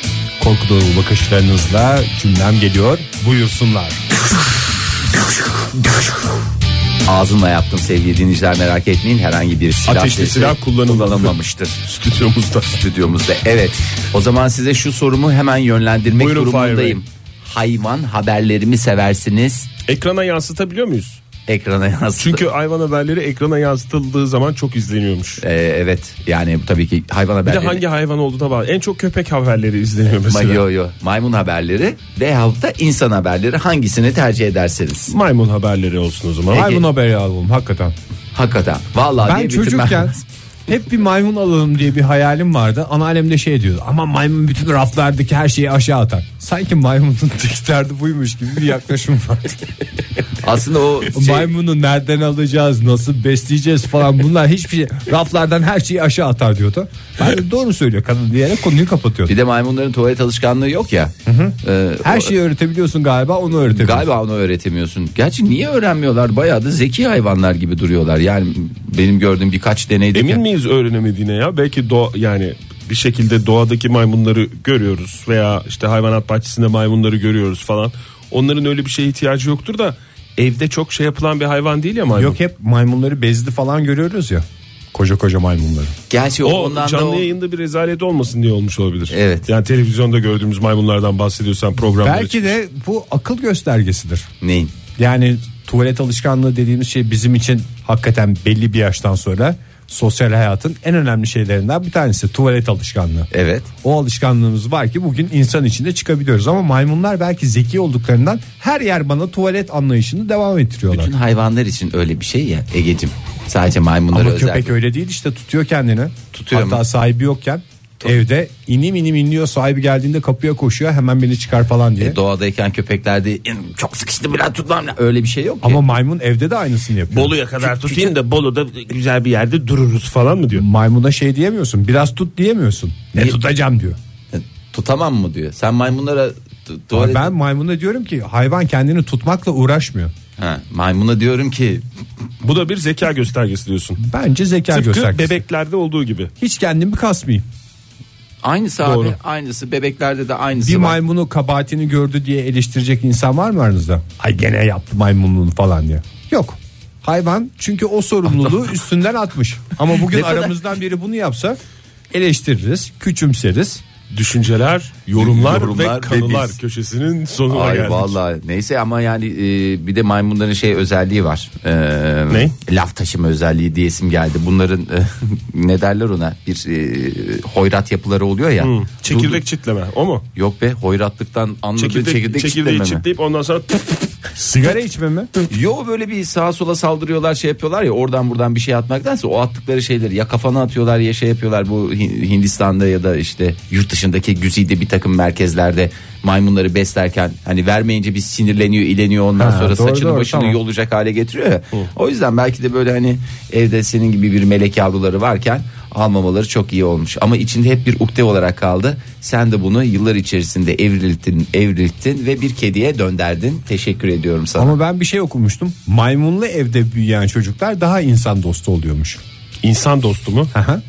korku dolu bakışlarınızla cümlem geliyor. Buyursunlar.
Ağzımla yaptım sevgili dinleyiciler merak etmeyin herhangi bir silah
Ateşli
sesi
silah kullanılmadı.
kullanılmamıştır
Stüdyomuzda.
stüdyomuzda. Evet o zaman size şu sorumu hemen yönlendirmek
Buyurun
durumundayım. Hayvan haberlerimi seversiniz
Ekrana yansıtabiliyor muyuz?
ekrana yansıtın.
Çünkü hayvan haberleri ekrana yansıtıldığı zaman çok izleniyormuş.
Ee, evet yani tabii ki hayvan
Bir de
haberleri.
hangi hayvan olduğuna bağlı. En çok köpek haberleri izleniyor
Ma-
mesela.
yo, yo. maymun haberleri veyahut da insan haberleri hangisini tercih ederseniz.
Maymun haberleri olsun o zaman.
Ay bunu haberi alalım hakikaten.
Hakikaten. Vallahi
Ben
diye bitirmem
çocukken
lazım.
Hep bir maymun alalım diye bir hayalim vardı. Anneannem de şey diyordu. Ama maymun bütün raflardaki her şeyi aşağı atar. Sanki maymunun tek derdi buymuş gibi bir yaklaşım var.
Aslında o şey-
Maymunu nereden alacağız, nasıl besleyeceğiz falan bunlar hiçbir şey. Raflardan her şeyi aşağı atar diyordu. Ben de doğru söylüyor kadın diyerek konuyu kapatıyordu.
bir de maymunların tuvalet alışkanlığı yok ya. Ee,
Her
o-
şeyi öğretebiliyorsun galiba onu öğretebiliyorsun.
Galiba onu öğretemiyorsun. Gerçi niye öğrenmiyorlar? Bayağı da zeki hayvanlar gibi duruyorlar. Yani benim gördüğüm birkaç deneyde.
Emin miyiz öğrenemediğine ya? Belki doğa, yani bir şekilde doğadaki maymunları görüyoruz veya işte hayvanat bahçesinde maymunları görüyoruz falan. Onların öyle bir şeye ihtiyacı yoktur da evde çok şey yapılan bir hayvan değil ya maymun.
Yok hep maymunları bezli falan görüyoruz ya. Koca koca maymunları.
Gerçi
O
ondan da
canlı
o-
yayında bir rezalet olmasın diye olmuş olabilir.
Evet.
Yani televizyonda gördüğümüz maymunlardan bahsediyorsan programda.
Belki de bu akıl göstergesidir.
neyin?
Yani tuvalet alışkanlığı dediğimiz şey bizim için hakikaten belli bir yaştan sonra sosyal hayatın en önemli şeylerinden bir tanesi tuvalet alışkanlığı.
Evet.
O alışkanlığımız var ki bugün insan içinde çıkabiliyoruz ama maymunlar belki zeki olduklarından her yer bana tuvalet anlayışını devam ettiriyorlar.
Bütün hayvanlar için öyle bir şey ya Egecim. Sadece maymunlara
Ama
özel.
köpek öyle değil işte tutuyor kendini.
Tutuyor
Hatta
mu?
sahibi yokken evde inim inim inliyor sahibi geldiğinde kapıya koşuyor hemen beni çıkar falan diye.
E, doğadayken köpeklerde "İn, çok sıkıştı biraz tutmam lazım." Öyle bir şey yok ki.
Ama maymun evde de aynısını yapıyor.
Bolu'ya kadar tutayım da Bolu'da güzel bir yerde dururuz falan mı diyor.
Maymuna şey diyemiyorsun biraz tut diyemiyorsun. Ne
Niye?
tutacağım diyor.
E, tutamam mı diyor. Sen maymunlara tu- tuvalet...
Ben maymuna diyorum ki hayvan kendini tutmakla uğraşmıyor.
Ha, maymuna diyorum ki
Bu da bir zeka göstergesi diyorsun.
Bence zeka
Tıpkı
göstergesi.
bebeklerde olduğu gibi.
Hiç kendimi kasmayayım.
aynısı abi
Doğru.
aynısı bebeklerde de aynısı
Bir
var.
maymunu kabahatini gördü diye eleştirecek insan var mı aranızda? Ay gene yaptı maymunluğunu falan diye. Yok. Hayvan çünkü o sorumluluğu üstünden atmış. Ama bugün
Ne kadar-
aramızdan biri bunu yapsa eleştiririz, küçümseriz.
Düşünceler, yorumlar,
Yorumlar ve
ve kanılar
biz.
köşesinin sonuna
Ay
geldik.
vallahi neyse ama yani e, bir de maymunların şey özelliği var. E,
Ne?
Laf taşıma özelliği diyesim geldi. Bunların e, ne derler ona bir e, hoyrat yapıları oluyor ya.
Hmm. Çekirdek
Durdu-
çitleme o mu?
Yok be hoyratlıktan anladığın
Çekirdek,
çekirdek,
çekirdeği
çitleme mi?
çitleyip ondan sonra püf,
Sigara içme mi?
Yo böyle bir sağa sola saldırıyorlar şey yapıyorlar ya oradan buradan bir şey atmaktansa o attıkları şeyleri ya kafana atıyorlar ya şey yapıyorlar bu Hin- Hindistan'da ya da işte yurt dışındaki güzide bir takım merkezlerde maymunları beslerken hani vermeyince bir sinirleniyor ileniyor ondan
Ha,
sonra
doğru,
saçını
doğru,
başını
tamam.
yolacak hale getiriyor ya. O yüzden belki de böyle hani evde senin gibi bir melek yavruları varken almamaları çok iyi olmuş. Ama içinde hep bir ukde olarak kaldı. Sen de bunu yıllar içerisinde evrilttin, evrilttin ve bir kediye dönderdin. Teşekkür ediyorum sana.
Ama ben bir şey okumuştum. Maymunlu evde büyüyen çocuklar daha insan dostu oluyormuş.
insan dostu mu?
Aha.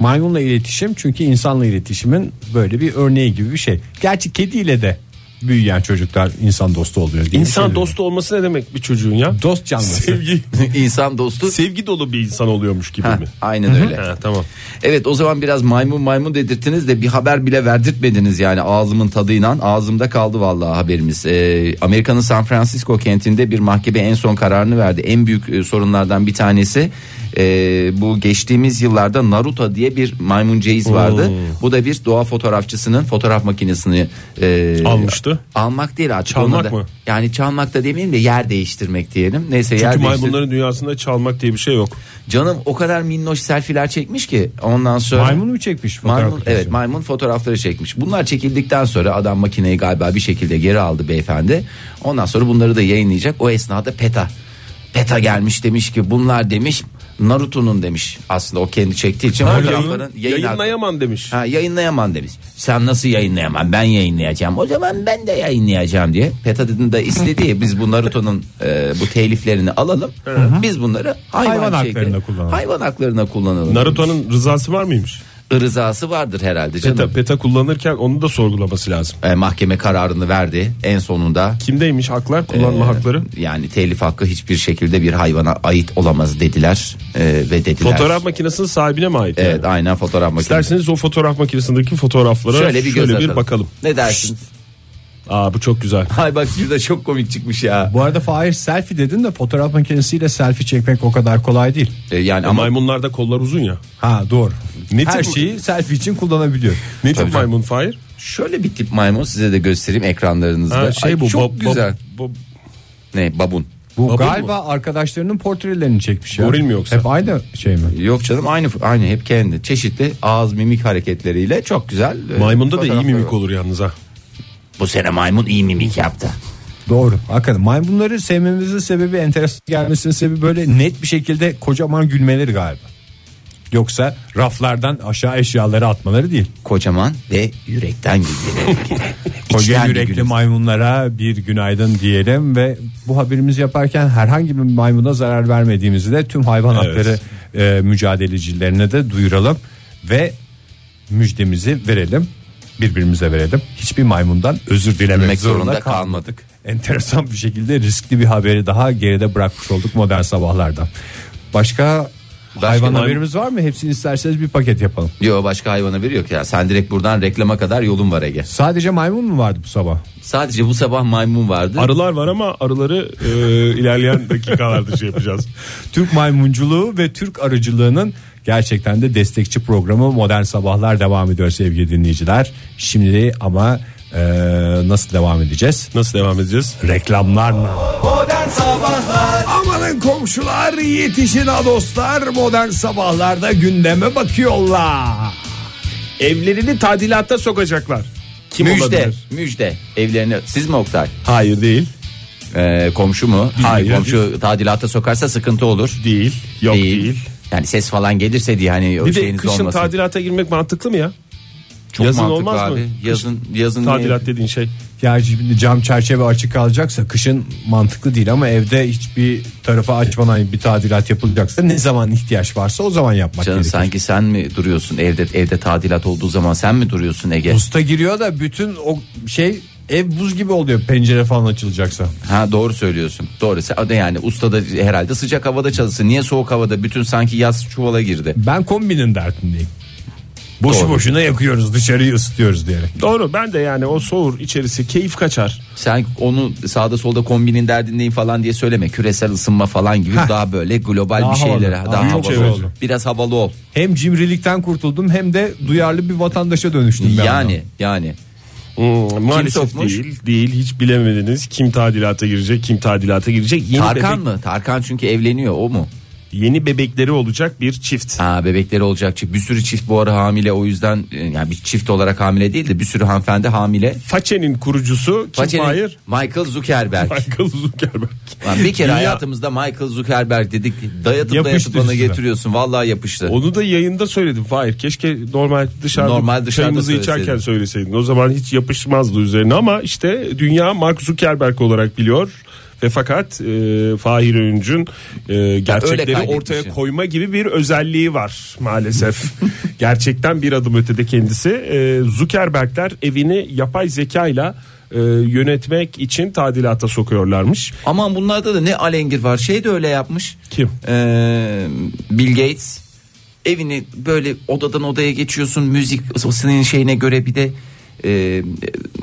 Maymunla iletişim çünkü insanla iletişimin böyle bir örneği gibi bir şey. Gerçi kediyle de büyüyen çocuklar insan dostu oluyor. diye bir
İnsan
şey
dostu olması ne demek bir çocuğun ya?
diyor. dost canlısı.
Sevgi
İnsan dostu.
sevgi dolu bir insan oluyormuş gibi
Ha,
mi?
aynen öyle.
Ha, tamam.
Evet o zaman biraz maymun maymun dedirttiniz de bir haber bile verdirtmediniz yani ağzımın tadıyla ağzımda kaldı vallahi haberimiz. Ee, Amerika'nın San Francisco kentinde bir mahkeme en son kararını verdi. En büyük e, sorunlardan bir tanesi e, bu geçtiğimiz yıllarda Naruto diye bir maymuncağız vardı. Bu da bir doğa fotoğrafçısının fotoğraf makinesini e,
Almıştı.
Almak değil artık.
Çalmak
onu da-
mı?
Yani çalmak da demeyeyim de yer değiştirmek diyelim. Neyse yer
Çünkü
değiştir-
maymunların dünyasında çalmak diye bir şey yok.
Canım o kadar minnoş selfiler çekmiş ki ondan sonra
Maymun mu çekmiş fotoğraf
Maymun,
makinesi?
evet maymun fotoğrafları çekmiş. Bunlar çekildikten sonra adam makineyi galiba bir şekilde geri aldı beyefendi. Ondan sonra bunları da yayınlayacak. O esnada PETA. PETA gelmiş demiş ki bunlar demiş Naruto'nun demiş. Aslında o kendi çektiği için fotoğrafların yayın hakkı-
Yayınlayamam demiş.
Ha, yayınlayamam demiş. Sen nasıl yayınlayamam ben yayınlayacağım. O zaman ben de yayınlayacağım diye. PETA dedi de istediği biz bu Naruto'nun e, bu teliflerini alalım. biz bunları hayvan,
Hayvan
şekli-
haklarına kullanalım.
Hayvan haklarına kullanalım.
Naruto'nun rızası var mıymış?
Rızası vardır herhalde canım.
PETA, PETA kullanırken onu da sorgulaması lazım.
E, mahkeme kararını verdi en sonunda. E,
Kimdeymiş haklar kullanma hakları?
Yani telif hakkı hiçbir şekilde bir hayvana ait olamaz dediler E, ve dediler.
Fotoğraf makinesinin sahibine mi ait?
Evet
yani?
aynen fotoğraf makinesi.
İsterseniz o fotoğraf makinesindeki fotoğraflara şöyle bir,
göz atalım.
bakalım.
Ne dersiniz?
Aa bu çok güzel.
Hay bak şurada çok komik çıkmış ya.
Bu arada Fahir selfie dedin de fotoğraf makinesiyle selfie çekmek o kadar kolay değil.
E, yani ama
Maymunlarda kollar uzun ya.
Ha doğru.
Ne
Her
tip-
şeyi selfie için kullanabiliyor.
Ne tip maymun Fahir?
Şöyle bir tip maymun size de göstereyim ekranlarınızda.
Ha, şey
Ay,
bu
çok
bab- bab-
güzel.
bab-
Ne babun.
Bu
Babur
galiba arkadaşlarının portrelerini çekmiş ya.
Goril mi yoksa?
Hep aynı şey mi?
Yok canım aynı aynı hep kendi çeşitli ağız mimik hareketleriyle çok güzel. e,
Maymunda da iyi
fotoğrafları
mimik
var.
olur yalnız ha.
Bu sene maymun iyi mimik yaptı.
Doğru. Hakikaten maymunları sevmemizin sebebi enteresan gelmesinin sebebi böyle net bir şekilde kocaman gülmeleri galiba. Yoksa raflardan aşağı eşyaları atmaları değil.
Kocaman ve yürekten güldü.
Koca yürekli maymunlara bir günaydın diyelim ve bu haberimizi yaparken herhangi bir maymuna zarar vermediğimizi de tüm hayvan
Evet.
hakları e, mücadelecilerine de duyuralım ve müjdemizi verelim birbirimize verelim. Hiçbir maymundan özür dilemek
Demek
zorunda,
zorunda
kalmadık.
kalmadık.
Enteresan bir şekilde riskli bir haberi daha geride bırakmış olduk modern sabahlardan. Başka, hayvan
maymun-
haberimiz var mı? Hepsini isterseniz bir paket yapalım.
Yok başka hayvana bir yok ya. Sen direkt buradan reklama kadar yolun var Ege.
Sadece maymun mu vardı bu sabah?
Sadece bu sabah maymun vardı.
Arılar var ama arıları e,
Ee,
ilerleyen dakikalarda şey yapacağız.
Türk maymunculuğu ve Türk arıcılığının gerçekten de destekçi programı Modern Sabahlar devam ediyor sevgili dinleyiciler. Şimdi ama e, nasıl devam edeceğiz?
Nasıl devam edeceğiz?
Reklamlar mı?
Amanın komşular yetişin ha dostlar modern sabahlarda gündeme bakıyorlar.
Evlerini tadilata sokacaklar. Kim
müjde,
olabilir?
müjde. Evlerini siz mi Oktay?
Hayır değil.
Ee, komşu mu? Hayır,
Hayır.
komşu tadilata sokarsa sıkıntı olur.
Değil. Yok değil.
Yani ses falan gelirse diye hani o
Bir de
şeyiniz
kışın
olmasın.
tadilata girmek mantıklı mı ya?
Çok
yazın
mantıklı
olmaz mı?
abi. Yazın yazın
Tadilat dediğin şey.
Ya şimdi cam çerçeve açık kalacaksa kışın mantıklı değil ama evde hiçbir tarafa açmadan bir tadilat yapılacaksa ne zaman ihtiyaç varsa o zaman yapmak
Canım
gerekir.
sanki sen mi duruyorsun evde evde tadilat olduğu zaman sen mi duruyorsun Ege?
Usta giriyor da bütün o şey ev buz gibi oluyor pencere falan açılacaksa.
Ha doğru söylüyorsun. Doğru. Sen- Yani usta da herhalde sıcak havada çalışsın. Niye soğuk havada bütün sanki yaz çuvala girdi?
Ben kombinin dertindeyim. Boşu
Doğru.
boşuna yakıyoruz dışarıyı ısıtıyoruz diyerek.
Doğru ben de yani o soğur içerisi keyif kaçar.
Sen onu sağda solda kombinin derdindeyim falan diye söyleme. Küresel ısınma falan gibi daha böyle global
Daha
bir şeylere
havalı.
daha
Daha
havalı
çevreci.
ol. Biraz havalı ol.
Hem cimrilikten kurtuldum hem de duyarlı bir vatandaşa dönüştüm. ben.
yani yani
Hmm, maalesef
sokmuş?
değil. Değil hiç bilemediniz. Kim tadilata girecek kim tadilata girecek. Yeni,
Tarkan
bebek-
mı? Tarkan çünkü evleniyor o mu?
yeni Hani bebekleri olacak bir çift.
Ha bebekleri olacak. Çünkü Bir sürü çift bu ara hamile o yüzden e, yani bir çift olarak hamile değil de bir sürü hanımefendi hamile.
Façe'nin kurucusu kim
Façenin-
hayır?
Michael Zuckerberg.
Michael Zuckerberg.
Lan bir kere
Dünya-
hayatımızda Michael Zuckerberg dedik. Dayatıp
Yapıştı
dayatıp bana
üstüne.
getiriyorsun. Vallahi yapıştı.
Onu da yayında söyledim. Hayır keşke normal dışarıda
Normal dışarıda
çayımızı
söyleseydin.
içerken söyleseydin. O zaman hiç yapışmazdı üzerine ama işte dünya Mark Zuckerberg olarak biliyor. Ve fakat e, Fahir Öğüncü'nün e, gerçekleri
kaydetmişim.
ortaya koyma gibi bir özelliği var maalesef. Gerçekten bir adım ötede kendisi. E, Zuckerbergler evini yapay zekayla e, yönetmek için tadilata sokuyorlarmış.
Aman bunlarda da ne alengir var. Şey de öyle yapmış.
Kim?
Ee, Bill Gates. Evini böyle odadan odaya geçiyorsun. Müzik o senin şeyine göre bir de e,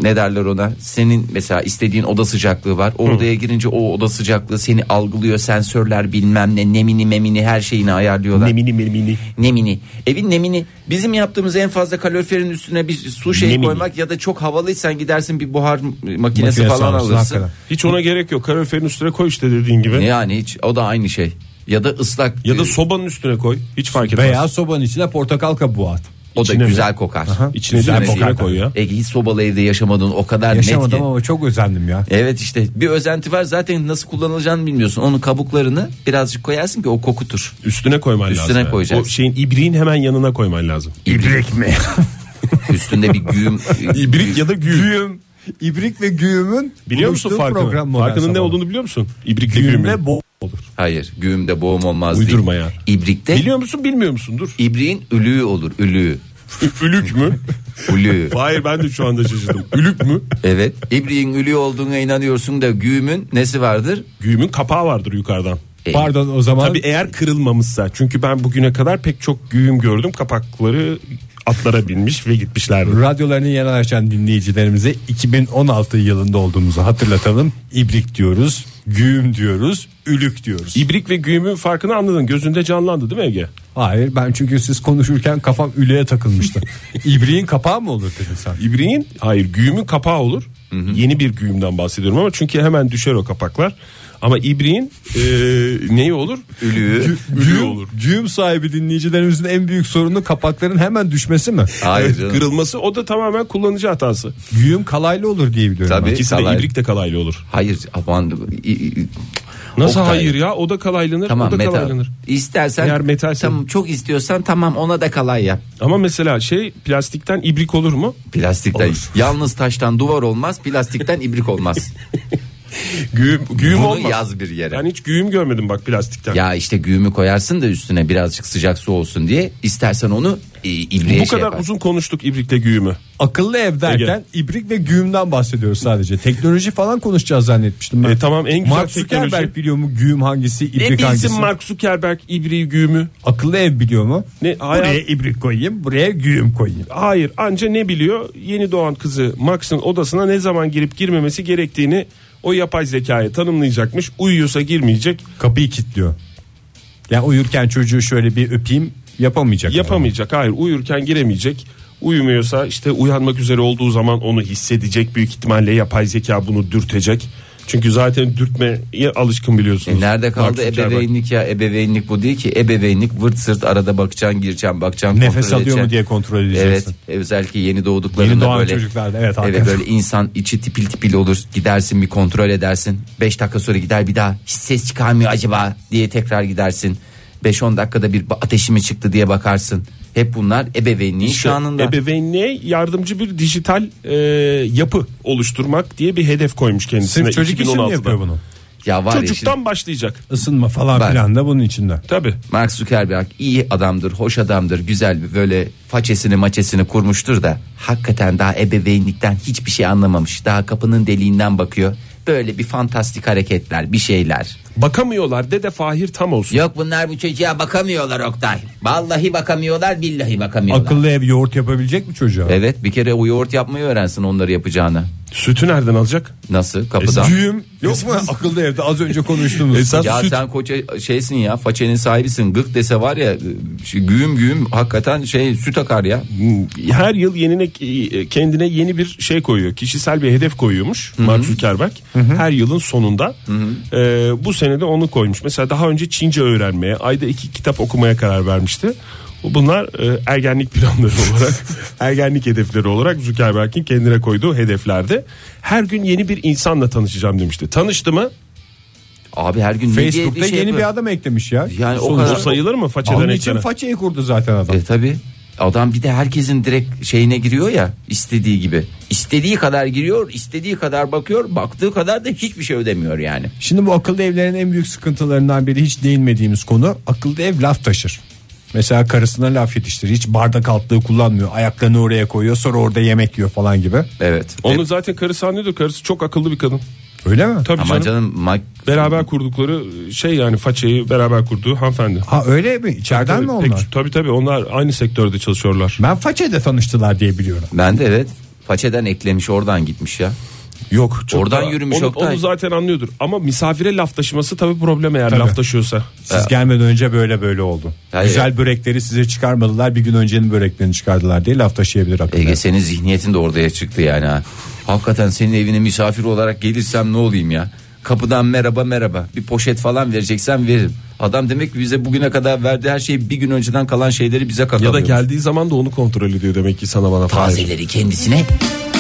ne derler ona? Senin mesela istediğin oda sıcaklığı var. O odaya girince o oda sıcaklığı seni algılıyor. Sensörler bilmem ne nemini memini her şeyini ayarlıyorlar.
Nemini memini.
Nemini. Evin nemini. Bizim yaptığımız en fazla kaloriferin üstüne bir su şeyi
Nemini.
koymak ya da çok havalıysan gidersin bir buhar makinesi, falan
sağlarsın,
alırsın.
hakikaten.
Hiç ona gerek yok. Kaloriferin üstüne koy işte dediğin gibi.
Yani hiç o da aynı şey. Ya da ıslak.
Ya da
e,
sobanın üstüne koy. Hiç fark etmez.
Veya sobanın içine portakal kabuğu at.
o da
içine mi?
güzel kokar.
İçine
Güzel
değil mi?
kokar.
Üstüne koy ya.
Ege E, hiç sobalı evde yaşamadın o kadar net
Yaşamadım
ki. E-
ama çok özendim ya.
Evet işte bir özenti var zaten nasıl kullanılacağını bilmiyorsun. Onun kabuklarını birazcık koyarsın ki o kokutur.
Üstüne koyman lazım.
Üstüne
yani.
koyacaksın.
O şeyin ibriğin hemen yanına koyman lazım.
İbrik mi?
Üstünde bir güğüm. e,
İbrik ya da güğüm.
İbrik ve güğümün
Biliyor musun
buluştuğu
farkını?
program modern
Farkının ne
sabah.
olduğunu biliyor musun? İbrikle güğümün.
Güğümle bo olur.
Hayır güğümde boğum olmaz
Uydurma
değil.
ya.
İbrikte
Biliyor musun bilmiyor musun? Dur.
ibriğin ülüğü olur ülüğü.
Ülük mü?
Ülüğü.
Hayır ben de şu anda şaşırdım. Ülük mü?
Evet. İbriğin ülü olduğuna inanıyorsun da güğümün nesi vardır?
Güğümün kapağı vardır yukarıdan.
E,
Pardon o zaman
Tabii eğer kırılmamışsa. Çünkü ben bugüne kadar pek çok güğüm gördüm. Kapakları atlara binmiş ve gitmişlerdi.
radyolarını yeni açan dinleyicilerimize 2016 yılında olduğumuzu hatırlatalım. İbrik diyoruz, güğüm diyoruz, ülük diyoruz.
İbrik ve güğümün farkını anladın. Gözünde canlandı değil mi Ege?
Hayır ben çünkü siz konuşurken kafam üleye takılmıştı. İbriğin kapağı mı olur dedin sen?
İbriğin hayır güğümün kapağı olur. Yeni bir güğümden bahsediyorum ama çünkü hemen düşer o kapaklar. Ama ibriğin e, neyi olur? Gü-
Ölüyü.
Gülü olur.
Düğüm sahibi dinleyicilerimizin en büyük sorunu kapakların hemen düşmesi mi?
Hayır
Evet,
canım.
kırılması o da tamamen kullanıcı hatası.
Güğüm kalaylı olur diye biliyorum.
Tabii.
ben.
İkisi
Kalay.
de ibrik de kalaylı olur.
Hayır aman i- i-
Nasıl
Oktay.
hayır ya? O da kalaylanır, o
Tamam
da
metal.
kalaylanır.
İstersen
Eğer metalse.
tamam çok istiyorsan tamam ona da kalay yap.
Ama mesela şey plastikten ibrik olur mu?
Plastikten.
Olur.
Yalnız taştan duvar olmaz, plastikten ibrik olmaz.
Güğüm, güğüm
Bunu
olmaz.
yaz bir yere.
Ben hiç güğüm görmedim bak plastikten.
Ya işte güğümü koyarsın da üstüne birazcık sıcak su olsun diye. İstersen onu e, ibriğe
Bu
şey
kadar
yapar.
uzun konuştuk ibrikle güğümü.
Akıllı ev derken ibrik ve güğümden bahsediyoruz sadece. Teknoloji falan konuşacağız zannetmiştim ben.
E, tamam, en güzel
Mark Zuckerberg
teknoloji.
biliyor mu güğüm hangisi,
Ne
ibrik hangisi?
bilsin Mark Zuckerberg ibriği güğümü?
Akıllı ev biliyor mu?
Ne,
Buraya
hayat-
ibrik koyayım, buraya güğüm koyayım.
Hayır anca ne biliyor? Yeni doğan kızı Max'ın odasına ne zaman girip girmemesi gerektiğini o yapay zekaya tanımlayacakmış. Uyuyorsa girmeyecek
Kapıyı kilitliyor. Yani uyurken çocuğu şöyle bir öpeyim yapamayacak.
yapamayacak. Hayır uyurken giremeyecek. Uyumuyorsa işte uyanmak üzere olduğu zaman onu hissedecek. Büyük ihtimalle yapay zeka bunu dürtecek. Çünkü zaten dürtmeye alışkın biliyorsunuz.
E nerede
Mark
kaldı
Zuckerberg.
ebeveynlik ya? Ebeveynlik bu değil ki. Ebeveynlik vırt sırt arada bakacaksın, gireceksin, bakacaksın.
Nefes
kontrol
alıyor mu
edeceksin.
diye kontrol
Evet.
edeceksin.
Özellikle yeni doğduklarında
Yeni doğan
böyle.
çocuklarda, evet, hakikaten.
Evet böyle insan içi tipil tipil olur. Gidersin bir kontrol edersin. 5 dakika sonra gider bir daha hiç ses çıkarmıyor acaba diye tekrar gidersin. 5-10 dakikada bir ba- ateşi mi çıktı diye bakarsın. Hep bunlar ebeveynliğin
İşte
şu anında.
ebeveynliğe yardımcı bir dijital e, yapı oluşturmak diye bir hedef koymuş kendisine.
Sırf çocuk için mi
2016'da.
yapıyor bunu?
ya var ya şimdi-
Çocuktan başlayacak.
Isınma falan
Bak.
filan da bunun içinde.
Tabi.
Mark Zuckerberg iyi adamdır, hoş adamdır, güzel bir böyle façesini maçesini kurmuştur da hakikaten daha ebeveynlikten hiçbir şey anlamamış. Daha kapının deliğinden bakıyor. Böyle bir fantastik hareketler, bir şeyler.
Bakamıyorlar dede Fahir tam olsun.
Yok bunlar bu çocuğa bakamıyorlar Oktay. Vallahi bakamıyorlar, billahi bakamıyorlar.
Akıllı ev yoğurt yapabilecek mi çocuğa?
Evet bir kere o yoğurt yapmayı öğrensin onları yapacağını.
Sütü nereden alacak?
Nasıl? Kapıdan.
Güğüm yok mu akıllı evde az önce konuştuğumuz.
Esas
Ya
süt.
sen koça şeysin ya façenin sahibisin gık dese var ya şey, güğüm güğüm hakikaten şey süt akar ya.
Her yıl yenine e, kendine yeni bir şey koyuyor. Kişisel bir hedef koyuyormuş Mark Zuckerberg. Her yılın sonunda. E, bu senede onu koymuş. Mesela daha önce Çince öğrenmeye, ayda iki kitap okumaya karar vermişti. Bunlar e, ergenlik planları olarak, ergenlik hedefleri olarak Zuckerberg'in kendine koyduğu hedeflerde. Her gün yeni bir insanla tanışacağım demişti. Tanıştı mı?
Abi her gün ne diye
Facebook'ta
bir şey
yeni
yapıyor?
bir adam eklemiş ya.
Yani o
O
kadar-
sayılır mı façeden
Onun için
eklenen?
façayı kurdu zaten adam.
E tabi. Adam bir de herkesin direkt şeyine giriyor ya istediği gibi. İstediği kadar giriyor, istediği kadar bakıyor, baktığı kadar da hiçbir şey ödemiyor yani.
Şimdi bu akıllı evlerin en büyük sıkıntılarından biri hiç değinmediğimiz konu akıllı ev laf taşır. Mesela karısına laf yetiştirir. Hiç bardak altlığı kullanmıyor. Ayaklarını oraya koyuyor sonra orada yemek yiyor falan gibi.
Evet.
Onu zaten karısı anlıyordu. Karısı çok akıllı bir kadın.
Öyle mi?
Tabii
Ama
canım.
canım Mike
Beraber kurdukları şey yani façayı beraber kurduğu hanımefendi.
Ha öyle mi? İçeriden mi
Pek-
onlar?
tabii tabii onlar aynı sektörde çalışıyorlar.
Ben façede tanıştılar diye biliyorum.
ben de evet façeden eklemiş oradan gitmiş ya.
Yok.
Oradan
da-
yürümüş
onu,
Oktay.
onu zaten anlıyordur. Ama misafire laf taşıması tabii problem eğer laf taşıyorsa.
Ee,
Siz gelmeden önce böyle böyle oldu.
Hayır.
Güzel börekleri size çıkarmadılar. Bir gün öncenin böreklerini çıkardılar diye laf taşıyabilir akıllı.
Ege
ev.
senin zihniyetin de ortaya çıktı yani ha. Hakikaten senin evine misafir olarak gelirsem ne olayım ya? Kapıdan merhaba merhaba bir poşet falan vereceksen veririm. Adam demek ki bize bugüne kadar verdiği her şeyi bir gün önceden kalan şeyleri bize
Ya da
kakalıyor.
geldiği zaman da onu kontrol ediyor demek ki sana bana. Fahir.
Tazeleri kendisine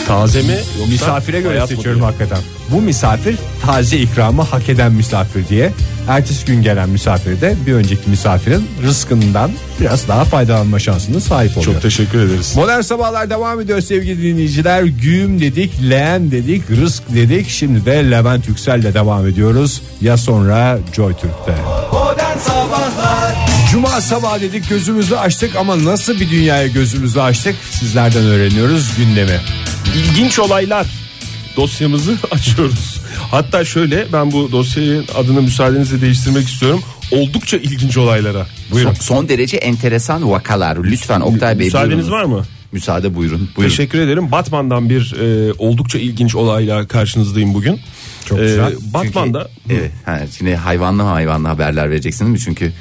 Taze mi? Yoksa
Misafire göre
hayat mı
seçiyorum
diyor?
hakikaten. Bu misafir taze ikramı hak eden misafir diye. Ertesi gün gelen misafire de bir önceki misafirin rızkından biraz daha faydalanma şansına sahip oluyor.
Çok teşekkür ederiz.
Modern sabahlar devam ediyor sevgili dinleyiciler. Güğüm dedik, leğen dedik, rızk dedik. Şimdi de Levent Yüksel'le devam ediyoruz. Ya sonra Joy Türk'te. Cuma sabahı dedik gözümüzü açtık ama nasıl bir dünyaya gözümüzü açtık sizlerden öğreniyoruz gündemi.
İlginç olaylar dosyamızı açıyoruz. Hatta şöyle ben bu dosyayı adını müsaadenizle değiştirmek istiyorum. Oldukça ilginç olaylara. Buyurun.
Son, son derece enteresan vakalar. Lütfen Oktay Bey.
Müsaadeniz
buyurunuz.
var mı?
Müsaade buyurun. buyurun.
Teşekkür ederim. Batman'dan bir e, oldukça ilginç olayla karşınızdayım bugün. E,
Çok güzel.
Batman'da
Ee, Çünkü, evet, ha, şimdi hayvanlı hayvanlı haberler vereceksin değil mi? Çünkü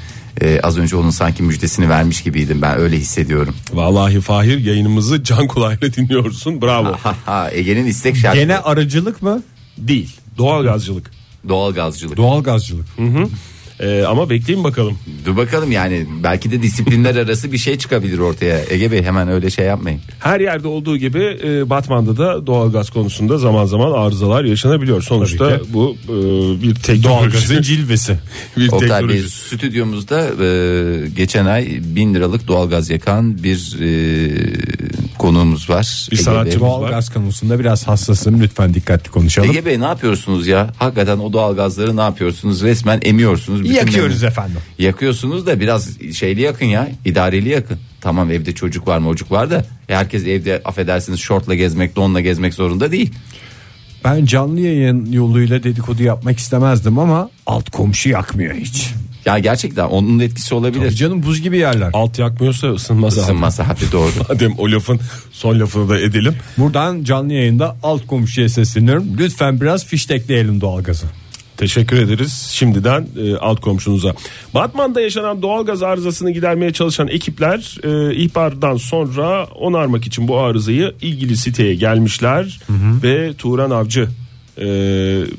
Ee, az önce onun sanki müjdesini vermiş gibiydim ben öyle hissediyorum.
Vallahi Fahir yayınımızı can kulağıyla dinliyorsun. Bravo.
Ha ha Ege'nin istek şarkı.
Gene arıcılık mı?
Değil. Doğal gazcılık.
Doğalgazcılık.
Doğalgazcılık.
Ee, ama bekleyin bakalım.
Dur bakalım yani belki de disiplinler arası bir şey çıkabilir ortaya. Ege Bey hemen öyle şey yapmayın.
Her yerde olduğu gibi e, Batman'da da doğalgaz konusunda zaman zaman arızalar yaşanabiliyor. Sonuçta
Tabii
bu e, bir teknoloji.
Doğalgazın cilvesi.
bir
Oktay Bey
teknoloji.
stüdyomuzda e, geçen ay bin liralık doğalgaz yakan bir e, konuğumuz var.
Bir
Ege
sanatçı
Bey.
var.
Doğalgaz konusunda biraz hassasım lütfen dikkatli konuşalım.
Ege Bey ne yapıyorsunuz ya? Hakikaten o doğalgazları ne yapıyorsunuz? Resmen emiyorsunuz. Bütün
Yakıyoruz
mem-
efendim.
Yakıyorsunuz da biraz şeyli yakın ya. idareli yakın. Tamam evde çocuk var mocuk var da e, herkes evde affedersiniz şortla gezmek donla gezmek zorunda değil.
Ben canlı yayın yoluyla dedikodu yapmak istemezdim ama alt komşu yakmıyor hiç.
Ya gerçekten onun da etkisi olabilir.
Canım buz gibi yerler.
Alt yakmıyorsa ısınmaz. abi.
Isınması hadi doğru.
Madem o lafın son lafını da edelim.
Buradan canlı yayında alt komşuya sesleniyorum. Lütfen biraz fiştekleyelim doğalgazı.
Teşekkür ederiz şimdiden e, alt komşunuza. Batman'da yaşanan doğalgaz arızasını gidermeye çalışan ekipler e, ihbardan sonra onarmak için bu arızayı ilgili siteye gelmişler ve Turan Avcı e,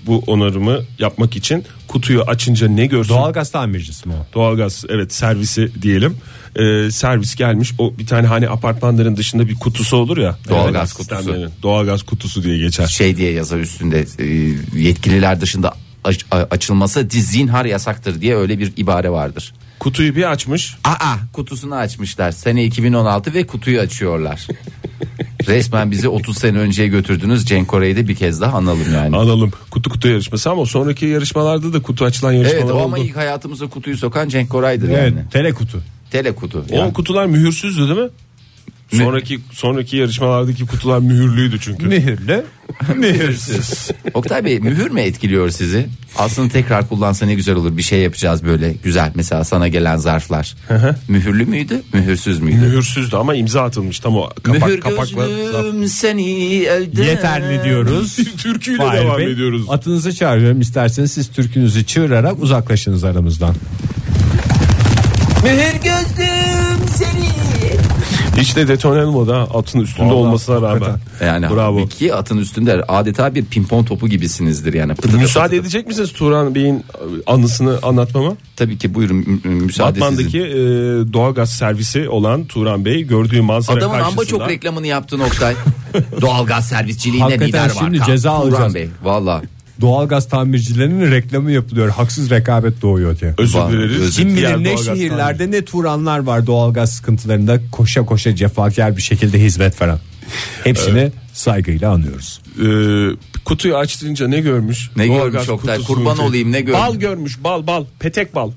bu onarımı yapmak için kutuyu açınca ne görsün?
Doğalgaz tamircisi mi o?
doğalgaz evet servisi diyelim. E, servis gelmiş. O bir tane hani apartmanların dışında bir kutusu olur ya.
Doğalgaz
Evet,
kutusu.
sistemlerin. Doğalgaz kutusu diye geçer.
şey diye yazar üstünde e, yetkililer dışında aç- a- açılması zinhar yasaktır diye öyle bir ibare vardır.
Kutuyu bir açmış.
Aa kutusunu açmışlar sene 2016 ve kutuyu açıyorlar. Resmen bizi 30 sene önceye götürdünüz Cenk Kore'yi de bir kez daha analım yani.
Alalım kutu kutu yarışması ama sonraki yarışmalarda da kutu açılan yarışmalar
Evet o ama
oldu.
ilk hayatımıza kutuyu sokan Cenk Koray'dır
Evet,
yani.
telekutu.
Tele kutu.
O kutular mühürsüzdü değil mi? Sonraki sonraki yarışmalardaki kutular mühürlüydü çünkü.
Mühürlü, mühürsüz.
Oktay Bey mühür mü etkiliyor sizi? Aslında tekrar kullansa ne güzel olur. Bir şey yapacağız böyle güzel. Mesela sana gelen zarflar. Mühürlü müydü? Mühürsüz müydü?
Mühürsüzdü ama imza atılmış tam o kapak
Mühür
kapakla.
gözlüm seni elden.
Yeterli diyoruz.
Türküyle
Fahir
devam
Bey,
ediyoruz.
Atınızı çağırıyorum isterseniz siz türkünüzü çığırarak uzaklaşınız aramızdan.
Mühür gözlüm seni.
İşte detonel moda atın üstünde
Vallahi
olmasına rağmen.
hakikaten.
Yani
Bravo.
halbuki atın üstünde adeta bir pimpon topu gibisinizdir yani. Pıtı
Müsaade edecek misiniz Turan Bey'in e, anısını anlatmama?
Tabii ki buyurun mü- mü- müsaade
Batman'daki
sizin.
e, doğalgaz servisi olan Turan Bey gördüğü manzara
Adamın amba
karşısında
çok reklamını yaptın Oktay. Doğalgaz servisçiliğine
Hakikaten
lider var.
şimdi
Ka-
ceza
Turan
alacağız.
Bey, Valla.
Doğalgaz tamircilerinin reklamı yapılıyor. Haksız rekabet doğuyor diye.
özür
Vallahi
dileriz.
özür
Kim
Diğer
bilir ne
doğalgaz
şehirlerde ne turanlar var doğalgaz sıkıntılarında koşa koşa cefakar bir şekilde hizmet veren. Hepsini saygıyla anıyoruz.
Ee, kutuyu açtığınca ne görmüş?
Ne
Doğalgaz
görmüş Oktay?
kutusunun şey-
Kurban olayım, ne görmüş?
Bal görmüş bal bal petek bal.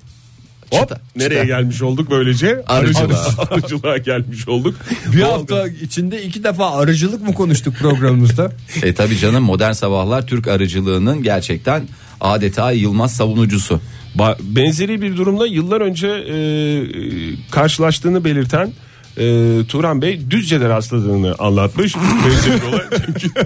Hop
Çıta,
nereye
çıta.
gelmiş olduk böylece?
Arıcılığa.
Arıcılığa, Arıcılığa gelmiş olduk.
Bir hafta içinde iki defa arıcılık mı konuştuk programımızda?
E tabii canım modern sabahlar Türk arıcılığının gerçekten adeta yılmaz savunucusu.
Ba- Benzeri bir durumda yıllar önce e, karşılaştığını belirten e, Turan Bey Düzce'de rastladığını anlatmış. Benzeri bir olay. Çünkü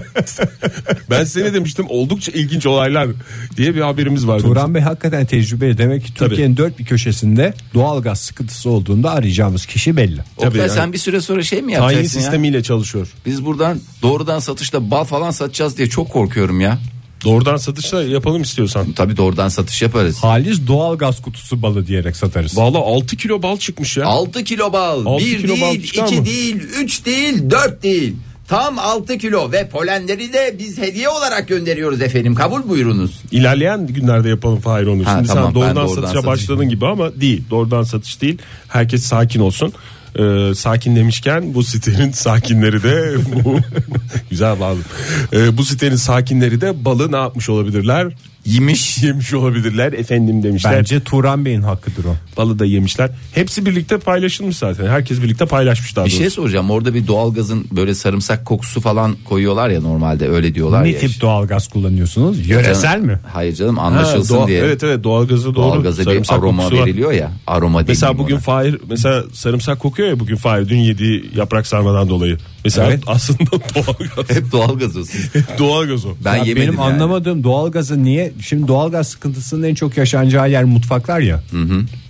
ben seni demiştim oldukça ilginç olaylar diye bir haberimiz vardı.
Turan Bey hakikaten tecrübe demek ki
Tabii.
Türkiye'nin dört bir köşesinde doğalgaz sıkıntısı olduğunda arayacağımız kişi belli.
Tabii
Oktay
yani.
sen bir süre sonra şey mi
Tayin
yapacaksın ya?
sistemiyle çalışıyor.
Biz buradan doğrudan satışla bal falan satacağız diye çok korkuyorum ya.
Doğrudan satışla yapalım istiyorsan.
Tabii doğrudan satış yaparız.
Halis doğalgaz kutusu balı diyerek satarız.
Valla 6 kilo bal çıkmış ya.
6 kilo bal.
Altı
1
kilo
değil,
bal
2
çıkar mı?
değil, 3 değil, 4 değil. Tam 6 kilo ve polenleri de biz hediye olarak gönderiyoruz efendim. Kabul buyurunuz.
İlerleyen günlerde yapalım Fahir onu.
Ha,
Şimdi
tamam, ben
sen doğrudan,
doğrudan
satışa
satış.
başladığın gibi ama değil. Doğrudan satış değil. Herkes sakin olsun. Ee, sakin demişken bu sitenin sakinleri de bu güzel bağlı. Ee, bu sitenin sakinleri de balı ne yapmış olabilirler?
Yemiş.
Yemiş olabilirler efendim demişler.
Bence Turan Bey'in hakkıdır o.
Balı da yemişler. Hepsi birlikte paylaşılmış zaten. Herkes birlikte paylaşmış daha
Bir
doğrusu.
şey soracağım. Orada bir doğalgazın böyle sarımsak kokusu falan koyuyorlar ya normalde öyle diyorlar
Ne
ya.
tip doğalgaz kullanıyorsunuz? Yöresel
Canım-
mi?
Hayır canım
Ha,
anlaşılsın
doğa-
diye.
Evet evet doğalgazı doğru.
Doğalgaza bir
Sarımsak
aroma
kokusu var.
veriliyor ya. Aroma
Mesela
diyeyim
bugün
ona.
Fahir mesela sarımsak kokuyor ya bugün Fahir dün yediği yaprak sarmadan dolayı. Mesela
Evet.
aslında doğalgaz.
hep doğalgaz olsun.
doğalgaz o.
Ben
Ya
yemedim
benim
yani.
anlamadığım doğalgazı niye ve şimdi doğalgaz sıkıntısının en çok yaşanacağı yer mutfaklar ya.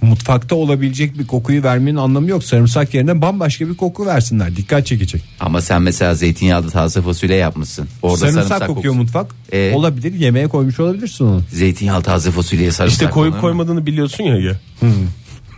Mutfakta olabilecek bir kokuyu vermenin anlamı yok. Sarımsak yerine bambaşka bir koku versinler. Dikkat çekecek.
Ama sen mesela zeytinyağlı taze fasulye yapmışsın. Orada
sarımsak,
sarımsak,
kokuyor
kokusu.
mutfak.
Ee?
Olabilir yemeğe koymuş olabilirsin onu.
Zeytinyağlı taze fasulyeye E, sarımsak
İşte koyup
konur mu?
koymadığını biliyorsun ya. ya.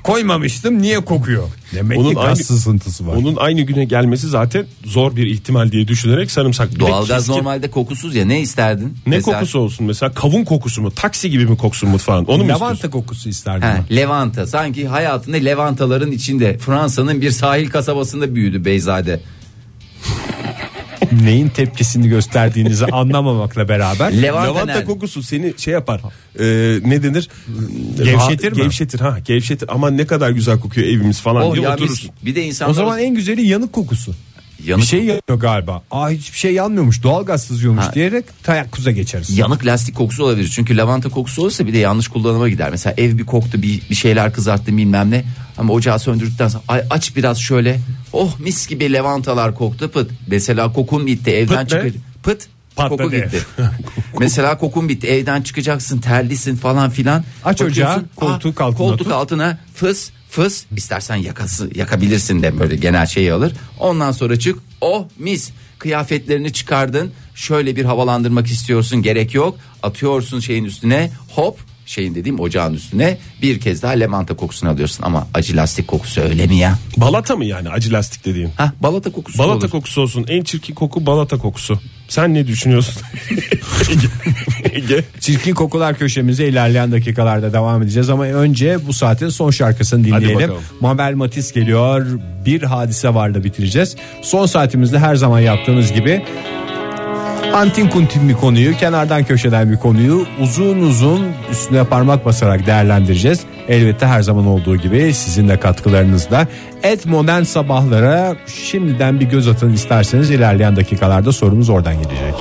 Koymamıştım niye kokuyor? Demek
Onun
ki gaz
aynı-
sızıntısı var.
Onun aynı güne gelmesi zaten zor bir ihtimal diye düşünerek sarımsak. Bir de
Doğalgaz
keskin-
normalde kokusuz ya ne isterdin?
Ne
Mesela-
kokusu olsun mesela kavun kokusu mu taksi gibi mi koksun mutfağın onu mu istiyorsun?
Lavanta kokusu isterdim.
He,
ben.
Levanta sanki hayatında Levantaların içinde Fransa'nın bir sahil kasabasında büyüdü Beyzade.
Neyin tepkisini gösterdiğinizi anlamamakla beraber.
Levanta,
Lavanta
nerede?
kokusu seni şey yapar e, ne denir?
Gevşetir mi?
Gevşetir ha gevşetir ama ne kadar güzel kokuyor evimiz falan
Oh
diye
ya
oturursun.
mis- bir de insanlar
O zaman en güzeli yanık kokusu.
yanık,
Bir şey yanıyor galiba. Aa hiçbir şey yanmıyormuş. Doğalgaz sızıyormuş
Ha.
diyerek tayakkuza geçeriz.
yanık lastik kokusu olabilir. Çünkü lavanta kokusu olursa bir de yanlış kullanıma gider. Mesela ev bir koktu bir, bir şeyler kızarttı bilmem ne. Ama ocağı söndürdükten sonra ay aç biraz şöyle. Oh mis gibi levantalar koktu pıt. Mesela kokun bitti evden
ne?
çıkacak. Pıt.
Patladı
Koku
ev.
gitti. Mesela kokun bitti evden çıkacaksın terlisin falan filan.
Aç
Bakıyorsun, "Ah,
ocağı, koltuk altına
Koltuk
tut.
altına fıs fıs istersen yakası yakabilirsin de böyle genel şeyi alır. Ondan sonra çık oh mis kıyafetlerini çıkardın şöyle bir havalandırmak istiyorsun gerek yok atıyorsun şeyin üstüne hop şeyin dediğim ocağın üstüne bir kez daha lemanta kokusunu alıyorsun ama acı lastik kokusu öyle mi ya?
Balata mı yani acı lastik dediğin?
Ha balata kokusu
Balata
olur.
kokusu olsun en çirkin koku balata kokusu. Sen ne düşünüyorsun? Ege. Ege.
Çirkin kokular köşemize ilerleyen dakikalarda devam edeceğiz ama önce bu saatin son şarkısını dinleyelim.
bakalım.
Mabel Matiz geliyor. Bir hadise varla bitireceğiz. Son saatimizde her zaman yaptığımız gibi antin kuntin bir konuyu, kenardan köşeden bir konuyu uzun uzun üstüne parmak basarak değerlendireceğiz. Elbette her zaman olduğu gibi sizin de katkılarınızla. Et modern sabahlara şimdiden bir göz atın isterseniz ilerleyen dakikalarda sorumuz oradan gelecek.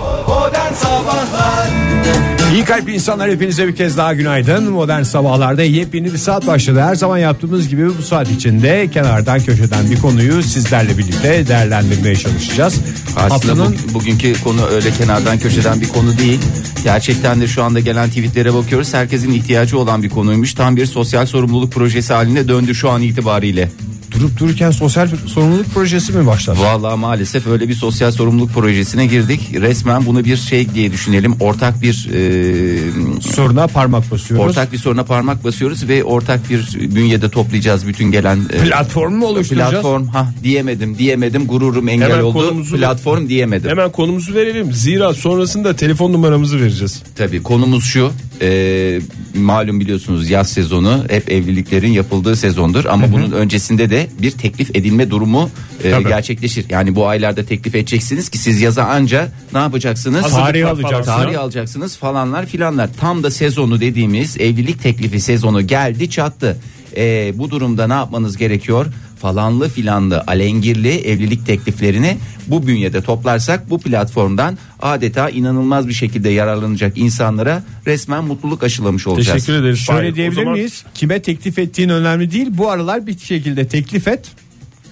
İyi kalpli insanlar hepinize bir kez daha günaydın. Modern sabahlarda yepyeni bir saat başladı. Her zaman yaptığımız gibi bu saat içinde kenardan köşeden bir konuyu sizlerle birlikte değerlendirmeye çalışacağız.
Aslında bu-
Haftanın
bugünkü konu öyle kenardan köşeden bir konu değil. Gerçekten de şu anda gelen tweetlere bakıyoruz. Herkesin ihtiyacı olan bir konuymuş. Tam bir sosyal sorumluluk projesi haline döndü şu an itibariyle.
durup dururken sosyal sorumluluk projesi mi başladı?
Vallahi maalesef öyle bir sosyal sorumluluk projesine girdik. Resmen bunu bir şey diye düşünelim. Ortak bir e,
Soruna parmak basıyoruz.
ortak bir soruna parmak basıyoruz ve ortak bir bünyede toplayacağız bütün gelen e,
platform mu oluşturacağız?
platform ha diyemedim diyemedim gururum engel
Hemen
oldu.
konumuzu-
Platform diyemedim.
Hemen konumuzu verelim. Zira sonrasında telefon numaramızı vereceğiz.
Tabii konumuz şu e, malum biliyorsunuz yaz sezonu hep evliliklerin yapıldığı sezondur ama bunun öncesinde de bir teklif edilme durumu e, gerçekleşir. Yani bu aylarda teklif edeceksiniz ki siz yaza anca ne yapacaksınız?
Tarih
Hazırlıklar falan
alacağız.
filan.
Tarih alacaksınız falanlar filanlar. Tam da sezonu dediğimiz evlilik teklifi sezonu geldi çattı. Ee, bu durumda ne yapmanız gerekiyor? Falanlı filanlı alengirli evlilik tekliflerini bu bünyede toplarsak bu platformdan adeta inanılmaz bir şekilde yararlanacak insanlara resmen mutluluk aşılamış olacağız.
Teşekkür ederiz.
Şöyle
Fahir. O
diyebilir
zaman
miyiz? Kime teklif ettiğin önemli değil. Bu aralar bir şekilde teklif et.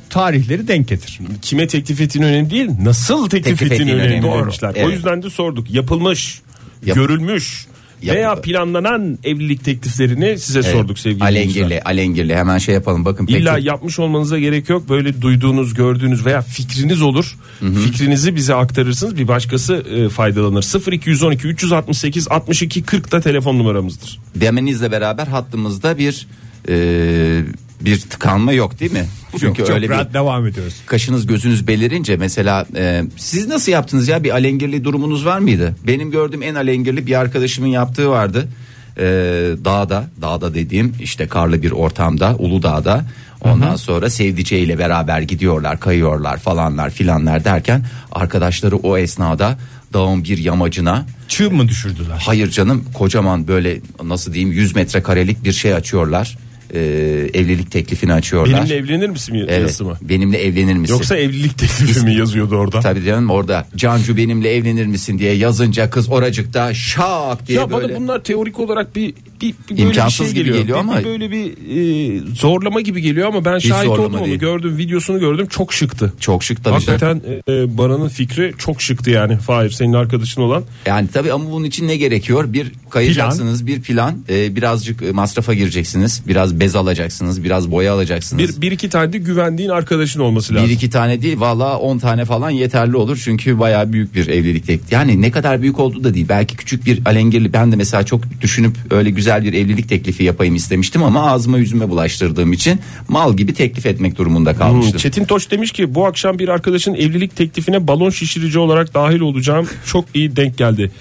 Tarihleri denk getir.
Kime teklif ettiğin önemli değil. Nasıl teklif,
Teklif
ettiğin
ettiğin
önemli,
önemli. Doğru.
demişler. O
Evet.
yüzden de sorduk. Yapılmış,
Yap-
görülmüş veya
Yapıldı.
planlanan evlilik tekliflerini size
Evet.
sorduk sevgili dinleyiciler.
Alengirli alengirli hemen şey yapalım bakın.
İlla
peki-
yapmış olmanıza gerek yok. Böyle duyduğunuz, gördüğünüz veya fikriniz olur. Fikrinizi bize aktarırsınız. Bir başkası e, faydalanır. 0212 368 62 40 da telefon numaramızdır.
demenizle beraber hattımızda bir e, bir tıkanma yok değil mi? Çünkü
Çok
öyle bir
rahat devam ediyoruz.
kaşınız gözünüz belirince mesela e, siz nasıl yaptınız ya bir alengirli durumunuz var mıydı? Benim gördüğüm en alengirli bir arkadaşımın yaptığı vardı. E, dağda, dağda dediğim işte karlı bir ortamda, Uludağ'da. Ondan sonra sevdiceğiyle beraber gidiyorlar, kayıyorlar falanlar filanlar derken arkadaşları o esnada dağın bir yamacına
Çığ mı düşürdüler?
Hayır canım kocaman böyle nasıl diyeyim 100 metrekarelik bir şey açıyorlar. E, evlilik teklifini açıyorlar.
Benimle evlenir misin
Evet,
yazısı mı?
Benimle evlenir misin?
Yoksa evlilik teklifi mi yazıyordu orada?
Tabii canım orada Cancu benimle evlenir misin diye yazınca kız oracıkta şak diye
Ya bana
böyle.
bunlar teorik olarak bir bir, bir böyle
İmkansız
bir şey
gibi
geliyor.
geliyor
Bir-
ama-
bir böyle bir e, zorlama gibi geliyor ama ben şahit
zorlama
oldum onu
değil.
gördüm videosunu gördüm çok şıktı.
Çok şık tabii.
Hakikaten e, e, Baran'ın fikri çok şıktı yani. Fahir senin arkadaşın olan
Yani tabii ama bunun için ne gerekiyor? Bir kayacaksınız, bir plan, e, birazcık e, masrafa gireceksiniz, biraz bez alacaksınız, biraz boya alacaksınız.
bir, bir iki tane de güvendiğin arkadaşın olması
Bir
lazım.
iki tane değil valla on tane falan yeterli olur çünkü bayağı büyük bir evlilik teklif. Yani ne kadar büyük olduğu da değil belki küçük bir alengirli ben de mesela çok düşünüp öyle güzel bir evlilik teklifi yapayım istemiştim ama ağzıma yüzüme bulaştırdığım için mal gibi teklif etmek durumunda
Hmm,
kalmıştım. E,
Çetin Toç demiş ki bu akşam bir arkadaşın evlilik teklifine balon şişirici olarak dahil olacağım. Çok iyi denk geldi.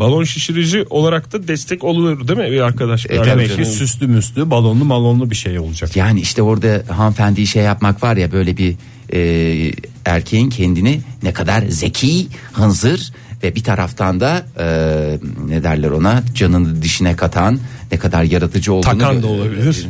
Balon şişirici olarak da destek olur değil mi bir arkadaş? bir
E, tabii
Demek
arkadaşın?
ki süslü müslü balonlu malonlu bir şey olacak.
Yani işte orada hanımefendiyi şey yapmak var ya böyle bir e, erkeğin kendini ne kadar zeki, hınzır ve bir taraftan da e, ne derler ona canını dişine katan ne kadar yaratıcı olduğunu
Takan da olabilir.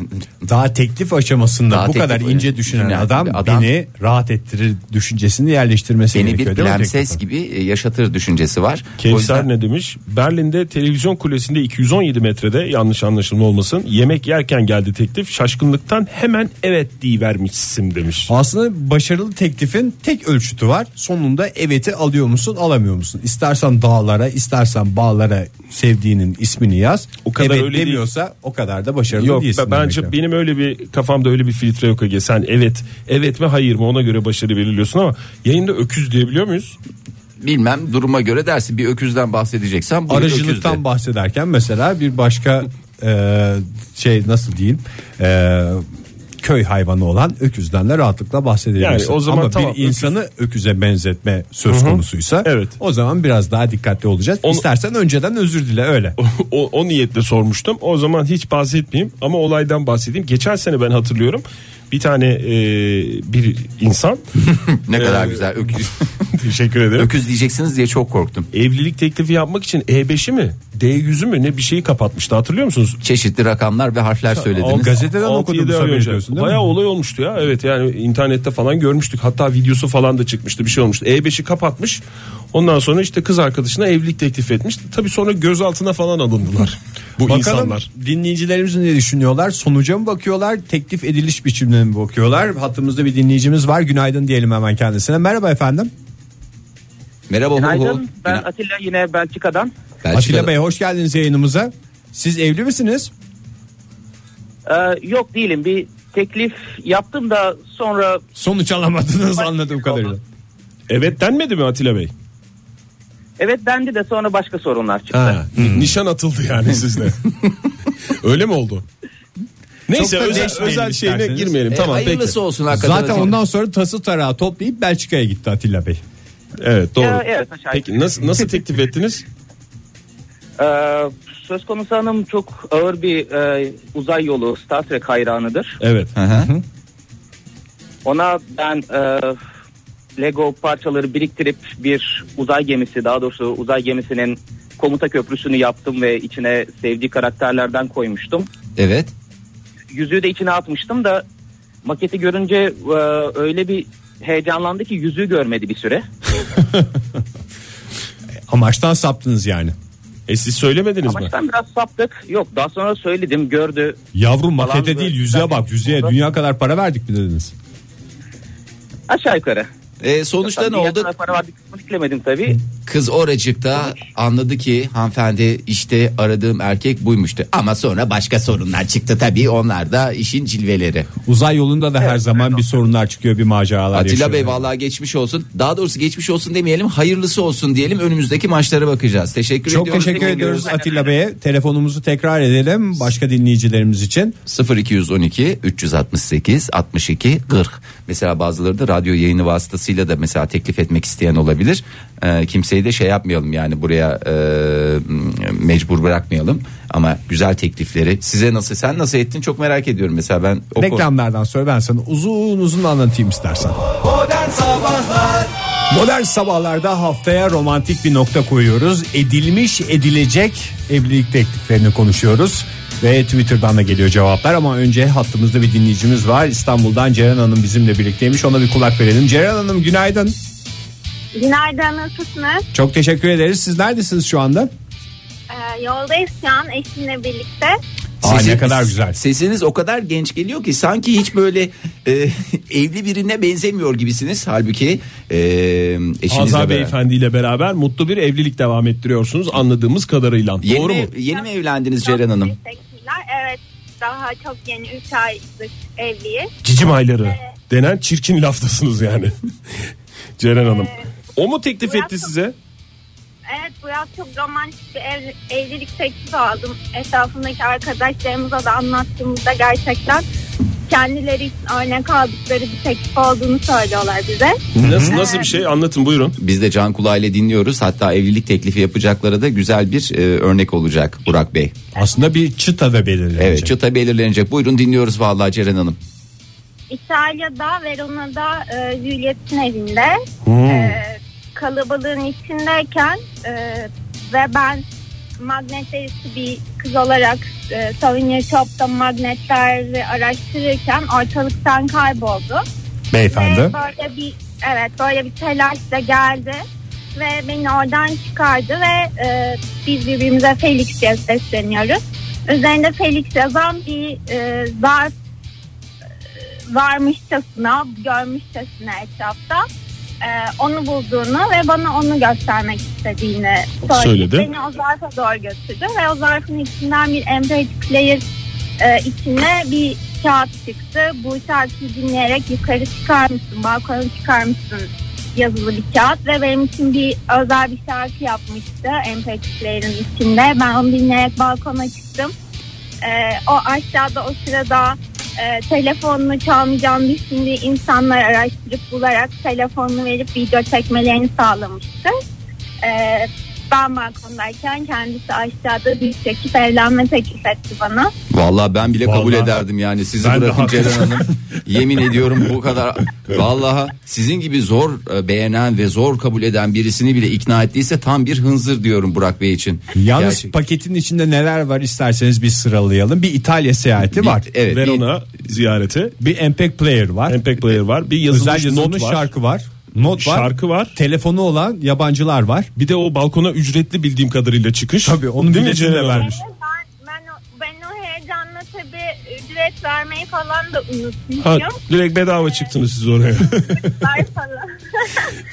Daha teklif aşamasında
Daha
bu
teklif-
kadar ince düşünen
düşünen
adam,
bir adam-
beni rahat ettirir düşüncesini yerleştirmesi
Beni bir
gerekiyor. değil mi
prenses
teklifin?
gibi e, yaşatır düşüncesi var. O
Kevser
yüzden-
ne demiş? Berlin'de televizyon kulesinde 217 metrede yanlış anlaşılma olmasın. Yemek yerken geldi teklif. Şaşkınlıktan hemen evet vermişsin demiş.
Aslında başarılı teklifin tek ölçütü var. Sonunda evet'i alıyor musun alamıyor musun? İstersen dağlara istersen bağlara sevdiğinin ismini yaz. O
kadar
evet
öyle değil.
demiyorsa o kadar da başarılı
Yok
değilsin.
ben- bence
demektir.
benim öyle bir kafamda öyle bir filtre yok Ege. Sen evet evet mi hayır mı ona göre başarı belirliyorsun ama yayında öküz diyebiliyor muyuz?
Bilmem duruma göre dersin bir öküzden bahsedeceksen. bu
aracılıktan
öküzde.
bahsederken mesela bir başka e, şey nasıl diyeyim e, köy hayvanı olan öküzden de rahatlıkla bahsedebilirsin.
Yani o zaman
Ama
tamam,
bir
öküz-
insanı öküze benzetme söz konusuysa
Evet.
o zaman biraz daha dikkatli olacağız.
Onu-
İstersen önceden özür dile öyle.
o, o niyetle sormuştum. O zaman hiç bahsetmeyeyim ama olaydan bahsedeyim. Geçen sene ben hatırlıyorum. Bir tane e, bir insan
Ne kadar
Ee,
güzel öküz.
teşekkür ederim.
öküz diyeceksiniz diye çok korktum.
evlilik teklifi yapmak için E5'i mi D100'ü mü ne bir şeyi kapatmıştı hatırlıyor musunuz?
Çeşitli rakamlar ve harfler
Al-
söylediniz.
gazeteden
Altı,
okudum
yedi
bu
ay
haberi
önce.
diyorsun, değil mi?
Bayağı olay olmuştu ya. Evet yani internette falan görmüştük. Hatta videosu falan da çıkmıştı. Bir şey olmuştu. E5'i kapatmış. Ondan sonra işte kız arkadaşına evlilik teklif etmiş. Tabii sonra gözaltına falan alındılar. Bu
Bakalım
insanlar.
dinleyicilerimiz ne düşünüyorlar? Sonuca mı bakıyorlar? Teklif ediliş biçimine mi bakıyorlar? Hattımızda bir dinleyicimiz var. Günaydın diyelim hemen kendisine. Merhaba efendim.
Merhaba Hugo.
Günaydın. Ben
Günaydın.
Atilla yine Belçika'dan.
Belçika'da-
Atilla Bey hoş geldiniz yayınımıza. Siz evli misiniz?
Ee, yok değilim. Bir teklif yaptım da sonra
Sonuç alamadınız anladığım
anladığım
kadarıyla.
kadarıyla.
Evet denmedi mi Atilla Bey?
evet dendi de sonra başka sorunlar çıktı.
hmm.
Nişan atıldı yani sizde. Öyle mi oldu? Neyse
da
özel,
değişmeyelim
özel şeyine
isterseniz.
girmeyelim.
E,
tamam
hayırlısı
peki.
olsun hakikaten.
Zaten ondan sonra tası tarağı toplayıp Belçika'ya gitti Atilla Bey.
Evet doğru.
Ya, evet, aşağı
peki
yukarı.
nasıl nasıl teklif ettiniz?
Ee, söz konusu hanım çok ağır bir e, uzay yolu Star Trek hayranıdır.
Evet.
Hı hı.
Ona ben e, Lego parçaları biriktirip bir uzay gemisi daha doğrusu uzay gemisinin komuta köprüsünü yaptım ve içine sevdiği karakterlerden koymuştum.
Evet.
yüzüğü de içine atmıştım da maketi görünce e, öyle bir heyecanlandı ki yüzüğü görmedi bir süre.
E, Amaçtan saptınız yani.
E siz söylemediniz mi?
Amaçtan biraz saptık. Yok daha sonra söyledim gördü.
Yavrum makete
Falan
değil
böyle.
yüzeye bak yüzeye dünya kadar para verdik mi dediniz?
Aşağı yukarı.
E, sonuçta
Tabii
ne
dünya
oldu?
kadar Para verdik kısmını eklemedim tabii.
Kız oracıkta anladı ki hanımefendi işte aradığım erkek buymuştu. Ama sonra başka sorunlar çıktı tabii onlar da işin cilveleri.
Uzay yolunda da her zaman bir sorunlar çıkıyor bir maceralar
Atilla
yaşıyor.
Bey vallahi geçmiş olsun. Daha doğrusu geçmiş olsun demeyelim hayırlısı olsun diyelim önümüzdeki maçlara bakacağız. Teşekkür
Çok
ediyoruz.
teşekkür ediyoruz
Aynen
Atilla Bey'e. Telefonumuzu tekrar edelim başka dinleyicilerimiz için.
0212 368 62 40. Mesela bazıları da radyo yayını vasıtasıyla da mesela teklif etmek isteyen olabilir. Ee, kimseyi de şey yapmayalım yani buraya e, mecbur bırakmayalım. Ama güzel teklifleri size nasıl sen nasıl ettin çok merak ediyorum mesela ben. o konu-
Reklamlardan sonra ben sana uzun uzun anlatayım istersen. Modern sabahlarda haftaya romantik bir nokta koyuyoruz. Edilmiş edilecek evlilik tekliflerini konuşuyoruz. Ve Twitter'dan da geliyor cevaplar ama önce hattımızda bir dinleyicimiz var. İstanbul'dan Ceren Hanım bizimle birlikteymiş. Ona bir kulak verelim. Ceren Hanım günaydın.
Günaydın nasılsınız?
Çok teşekkür ederiz. Siz neredesiniz şu anda?
Ee,
Ee, yoldayız şu an eşimle birlikte.
Aa, ne kadar güzel.
Sesiniz o kadar genç geliyor ki sanki hiç böyle e, evli birine benzemiyor gibisiniz. Halbuki e, eşinizle
Azar
beraber.
Beyefendi ile beraber mutlu bir evlilik devam ettiriyorsunuz anladığımız kadarıyla.
Yeni
Doğru mu?
mi, yeni mi evlendiniz Ceren Hanım?
Çok Teşekkürler. Evet daha çok yeni 3 aylık evliyiz.
Cicim ayları denen çirkin laftasınız yani. Ceren Hanım. O mu teklif
Murat-
etti size?
Evet bu yaz çok romantik bir ev- evlilik teklifi aldım. Etrafımdaki arkadaşlarımıza da anlattığımızda gerçekten kendileri için örnek aldıkları bir teklif olduğunu söylüyorlar bize. Ee,
Nasıl nasıl bir şey anlatın buyurun.
Biz de can kulağıyla dinliyoruz. Hatta evlilik teklifi yapacaklara da güzel bir e, örnek olacak Burak Bey.
Aslında bir çıta da belirlenecek.
Evet çıta belirlenecek. Buyurun dinliyoruz vallahi Ceren Hanım.
İtalya'da Verona'da e, Juliet'in evinde e, kalabalığın içindeyken e, ve ben magnet derisi bir kız olarak e, Souvenir Shop'ta magnetleri araştırırken ortalıktan kayboldu. Ve
Beyefendi.
böyle bir evet böyle bir telaşla geldi ve beni oradan çıkardı ve e, biz birbirimize Felix diye sesleniyoruz. Üzerinde Felix yazan bir e, zarf e, varmışçasına, görmüşçasına etrafta e, onu bulduğunu ve bana onu göstermek istediğini söyledi.
Söyledi.
Beni o zarfa doğru götürdü ve o zarfın içinden bir MP3 player e, içine bir kağıt çıktı. Bu şarkıyı dinleyerek yukarı çıkar mısın, balkona çıkar mısın yazılı bir kağıt ve benim için bir özel bir şarkı yapmıştı MP3 player'ın içinde. Ben onu dinleyerek balkona çıktım. E, o aşağıda o sırada e, telefonunu çalmayacağını düşündüğü insanlar araştırıp bularak telefonunu verip video çekmelerini sağlamıştı. E, ben balkondayken kendisi aşağıda bir çekip evlenme teklif etti bana.
Vallahi ben bile kabul
Vallahi.
ederdim yani sizi
Ben de
bırakın
haklısın.
Ceren Hanım. Yemin ediyorum bu kadar vallahi sizin gibi zor e, beğenen ve zor kabul eden birisini bile ikna ettiyse tam bir hınzır diyorum Burak Bey için.
Yalnız
Gerçek-
paketin içinde neler var isterseniz bir sıralayalım. Bir İtalya seyahati
Bir-
var.
evet, bir-
Verona ziyareti.
Bir MP player var.
Impact Player var. Bir yazılmış,
Özel yazılmış
not var.
şarkı var. Not var.
Şarkı var.
Telefonu olan yabancılar var.
Bir de o balkona ücretli bildiğim kadarıyla çıkış.
Tabii, onun
Değil mi
biletini de
Ceren Hanım?
vermiş.
Ee, Ben, ben, o, ben o heyecanla tabii ücret vermeyi falan da
Ha,
unutmuşum.
direkt bedava çıktınız siz oraya.
Ben falan.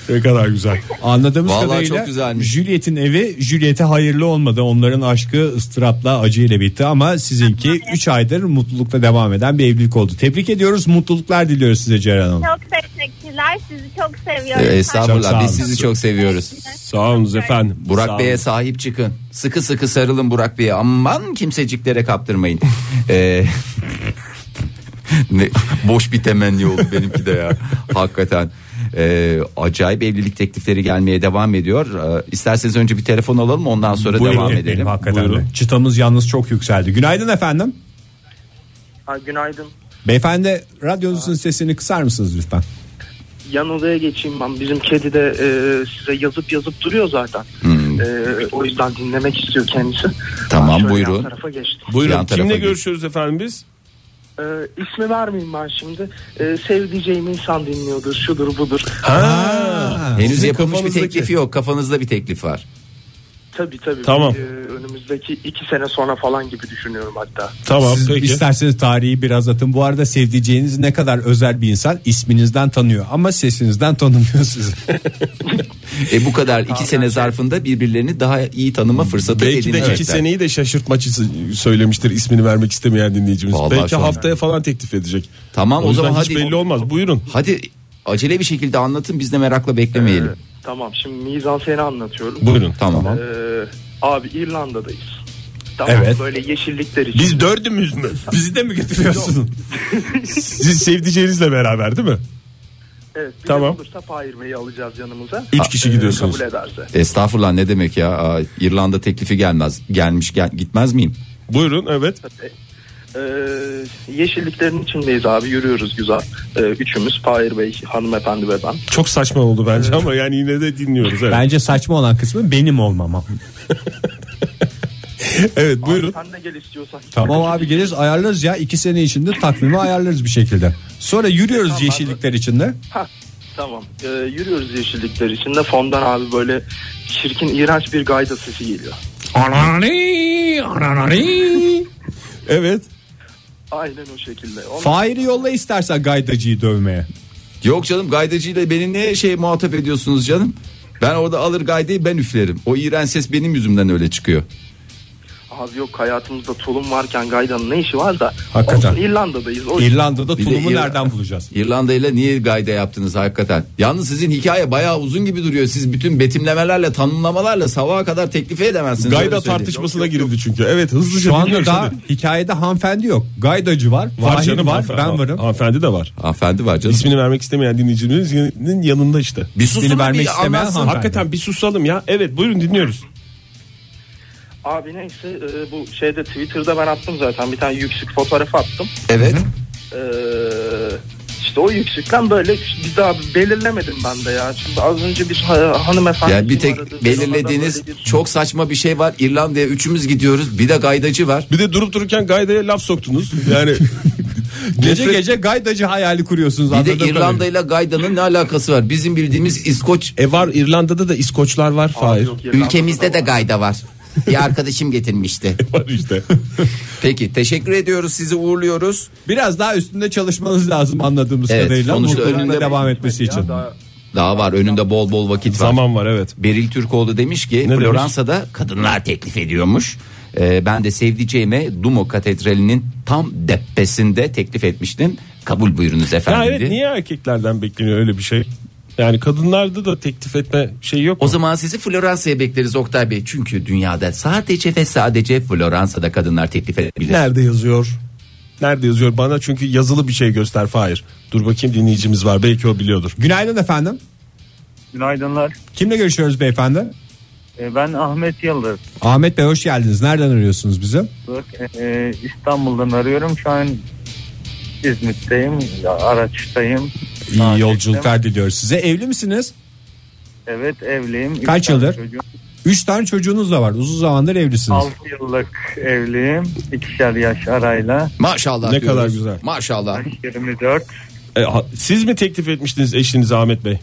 ne kadar güzel.
Anladığımız
Vallahi
kadarıyla
çok güzelmiş.
Juliet'in evi Juliet'e hayırlı olmadı. Onların aşkı ıstırapla acıyla bitti ama sizinki 3 aydır mutlulukla devam eden bir evlilik oldu. Tebrik ediyoruz. Mutluluklar diliyoruz size Ceren Hanım.
çok teşekkürler. Sizi çok
E,
seviyorum.
Estağfurullah
Çok
biz
sağ
sizi çok seviyoruz.
Sağ olunuz efendim.
Burak
Sağ olun.
Bey'e sahip çıkın. Sıkı sıkı sarılın Burak Bey'e. Aman kimseciklere kaptırmayın. Ee, ne, boş bir temenni oldu benimki de ya. Hakikaten. Ee, acayip evlilik teklifleri gelmeye devam ediyor. Ee, isterseniz önce bir telefon alalım ondan sonra
Buyurun
devam
efendim,
edelim.
Hakikaten
Buyurun.
de. Çıtamız yalnız çok yükseldi. Günaydın efendim.
Ha, günaydın.
Beyefendi radyonuzun sesini kısar mısınız lütfen?
Yan odaya geçeyim ben. Bizim kedi de e, size yazıp yazıp duruyor zaten. E, o yüzden dinlemek istiyor kendisi.
Hmm. Tamam,
Ben şöyle
buyurun.
Yan tarafa geçtim.
Buyurun
Yan tarafa
kimle
gel.
görüşüyoruz efendim biz?
E, ismi vermeyeyim ben şimdi. E, sevdiceğim insan dinliyordur. Şudur budur.
Henüz
Sizin
yapılmış bir
kafanızdaki-
teklifi yok. Kafanızda bir teklif var.
Tabii tabii.
Tamam.
E, önümüzdeki iki sene sonra falan gibi düşünüyorum hatta.
Tamam
Siz
peki.
isterseniz tarihi biraz atın. Bu arada sevdiceğiniz ne kadar özel bir insan isminizden tanıyor ama sesinizden tanımıyor sizi.
E bu kadar iki sene zarfında birbirlerini daha iyi tanıma fırsatı
Belki de
edinecekler.
iki seneyi de şaşırtmacı söylemiştir ismini vermek istemeyen dinleyicimiz.
Vallahi
Belki
şu an-
haftaya falan teklif edecek.
Tamam, o
o, yüzden
zaman
hiç
hadi-
belli olmaz. Buyurun.
Hadi acele bir şekilde anlatın biz de merakla beklemeyelim.
Ee,
Tamam şimdi mizanseni anlatıyorum.
Buyurun.
Tamam.
E, abi İrlanda'dayız. Tamam,
Evet.
Böyle yeşillikler için.
Biz dördümüz mü?
Bizi de mi götürüyorsunuz?
Siz sevdiceğinizle beraber değil mi?
Evet, bir
Tamam.
de olursa payırmayı alacağız yanımıza.
Üç kişi
Ee,
gidiyorsunuz. E,
Kabul ederse.
Estağfurullah ne demek ya? Aa, İrlanda teklifi gelmez. Gelmiş gel, gitmez miyim?
Buyurun evet.
Ee, yeşilliklerin içindeyiz abi yürüyoruz güzel. Ee, üçümüz Fahir Bey hanımefendi ve ben.
Çok saçma oldu bence ama yani yine de dinliyoruz. Evet,
Bence saçma olan kısmı benim olmamam.
evet buyurun.
Sen de gel istiyorsan.
Tamam abi geliriz ayarlarız ya. iki sene içinde takvimi ayarlarız bir şekilde. Sonra yürüyoruz
Tamam,
yeşillikler içinde.
Hah, tamam Ee, yürüyoruz yeşillikler içinde fondan abi böyle çirkin iğrenç bir gayda sesi geliyor.
Anani, anani. evet.
Aynen o şekilde. Onu
Fahir'i yolla istersen gaydacıyı dövmeye.
Yok canım gaydacıyla beni ne şey muhatap ediyorsunuz canım? Ben orada alır gaydayı ben üflerim. O iğrenç ses benim yüzümden öyle çıkıyor.
abi yok hayatımızda tulum varken gaydanın ne işi var da.
Hakikaten.
Olsun, İrlanda'dayız. O
İrlanda'da
Bir de
tulumu
İr-
nereden bulacağız?
İrlanda ile niye gayda yaptınız hakikaten? Yalnız sizin hikaye bayağı uzun gibi duruyor. Siz bütün betimlemelerle, tanımlamalarla sabaha kadar teklife edemezsiniz.
Gayda
öyle söyleyeyim.
tartışmasına girildi çünkü. Evet hızlıca
Şu anda
dinliyoruz
daha
hadi.
hikayede hanımefendi yok. Gaydacı var,
var
Fahir
canım
var,
hanımefendi-
ben varım.
Hanımefendi de var.
Hanımefendi var canım.
İsmini vermek istemeyen dinleyicimizin yanında işte.
bir susun
İsmini
da
vermek
bir
istemeyen
anlatsın.
hanımefendi.
Hakikaten bir susalım ya. Evet buyurun dinliyoruz.
Abi neyse e, bu şeyde Twitter'da ben attım zaten bir tane yüksük fotoğrafı attım.
Evet.
Ee, işte o yüksükten böyle bir daha belirlemedim ben de ya. Çünkü az önce bir ha- Ee, hanımefendi
Yani bir
aradı. Ben
tek
ona
belirlediğiniz
da böyle bir-
çok saçma bir şey var. İrlanda'ya üçümüz gidiyoruz. Bir de gaydacı var.
Bir de durup dururken Gayda'ya laf soktunuz. Yani
Gece
Nefret-
gece gaydacı hayali kuruyorsunuz.
Bir de
anladığım
İrlanda ile gaydanın ne alakası var? Bizim bildiğimiz İskoç
e var İrlanda'da da İskoçlar var Fahir.
Yok, İrlanda'da
ülkemizde de
var.
gayda var. Bir arkadaşım getirmişti.
E Var işte.
Peki teşekkür ediyoruz sizi uğurluyoruz.
Biraz daha üstünde çalışmanız lazım anladığımız
Evet,
kadarıyla.
sonuçta
Mutluluğuna
önünde-
devam etmesi için.
Daha var önünde bol bol vakit var.
Zaman var evet.
Beril Türkoğlu demiş ki
demiş?
Floransa'da kadınlar teklif ediyormuş. Ee, ben de sevdiceğime Dumo Katedrali'nin tam deppesinde teklif etmiştim. Kabul buyurunuz efendim.
Ya evet
dedi.
niye erkeklerden bekleniyor öyle bir şey? Yani kadınlarda da teklif etme şey yok.
O
mu?
zaman sizi Floransa'ya bekleriz Oktay Bey. Çünkü dünyada sadece ve sadece Floransa'da kadınlar teklif edebilir.
Nerede yazıyor? Nerede yazıyor bana çünkü yazılı bir şey göster Fahir. Dur bakayım dinleyicimiz var belki o biliyordur.
Günaydın efendim.
Günaydınlar.
Kimle görüşüyoruz beyefendi?
Ee, Ben Ahmet Yıldız.
Ahmet Bey hoş geldiniz. Nereden arıyorsunuz bizi?
Ee, İstanbul'dan arıyorum. Şu an İzmit'teyim. Ya, Araçtayım.
İyi
Ahmet
yolculuklar diliyoruz size. Evli misiniz?
Evet evliyim. Üç
Kaç
tane
yıldır?
çocuğum.
3 tane çocuğunuz da var. Uzun zamandır evlisiniz.
Altı yıllık evliyim. İkişer yaş arayla.
Maşallah
Ne
diyoruz.
kadar güzel.
Maşallah.
24.
E, ha- siz mi teklif etmiştiniz eşinize Ahmet Bey?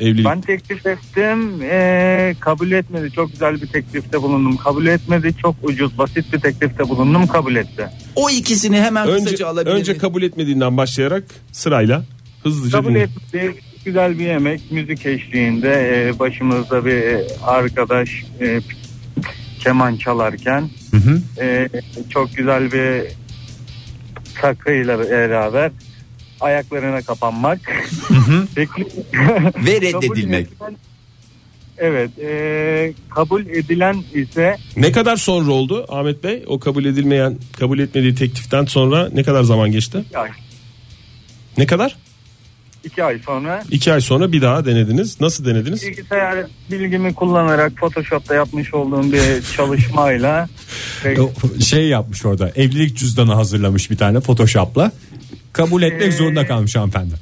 Evlilik.
Ben teklif ettim. Ee, kabul etmedi. Çok güzel bir teklifte bulundum. Kabul etmedi. Çok ucuz basit bir teklifte bulundum. Kabul etti.
O ikisini hemen
önce,
kısaca alabilir
önce
miyim?
kabul etmediğinden başlayarak sırayla hızlıca
Kabul
dinle-
ettik. Güzel bir yemek, müzik eşliğinde e, başımızda bir e, arkadaş e, keman çalarken e, çok güzel bir takıyla beraber ayaklarına kapanmak. Teklif-
Ve
Kabul
reddedilmek.
edilen- Evet, e, kabul edilen ise
Ne kadar sonra oldu Ahmet Bey? O kabul edilmeyen, kabul etmediği tekliften sonra ne kadar zaman geçti?
iki ay,
Ne kadar?
iki ay sonra
İki ay sonra bir daha denediniz. Nasıl denediniz?
bilgisayar bilgimi kullanarak Photoshop'ta yapmış olduğum bir çalışmayla ve
O- Şey yapmış orada. Evlilik cüzdanı hazırlamış bir tane Photoshop'la. Kabul etmek
Ee,
zorunda kalmış hanımefendi.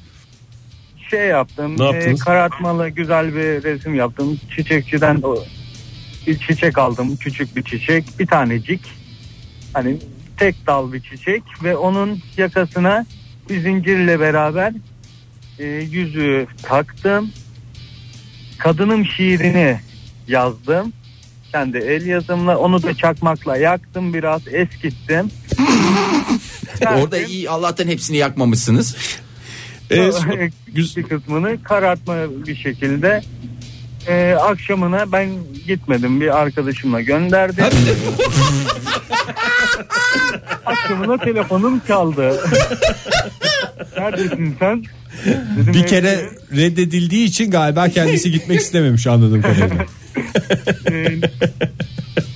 şey yaptım.
Ne yaptınız?
e, karartmalı güzel bir resim yaptım. Çiçekçiden o- bir çiçek aldım. Küçük bir çiçek. Bir tanecik. Hani tek dal bir çiçek ve onun yakasına bir zincirle beraber e, yüzüğü taktım. Kadınım şiirini yazdım. Kendi el yazımla onu da çakmakla yaktım biraz eskittim.
Orada iyi Allah'tan hepsini yakmamışsınız.
Ee, so-
Güz- bir kısmını karartma bir şekilde e, akşamına ben gitmedim bir arkadaşımla gönderdim. akşamına telefonum çaldı. Neredesin sen? Dedim, "E,
Bir
"Evde."
kere reddedildiği için galiba kendisi gitmek istememiş anladığım kadarıyla.
E,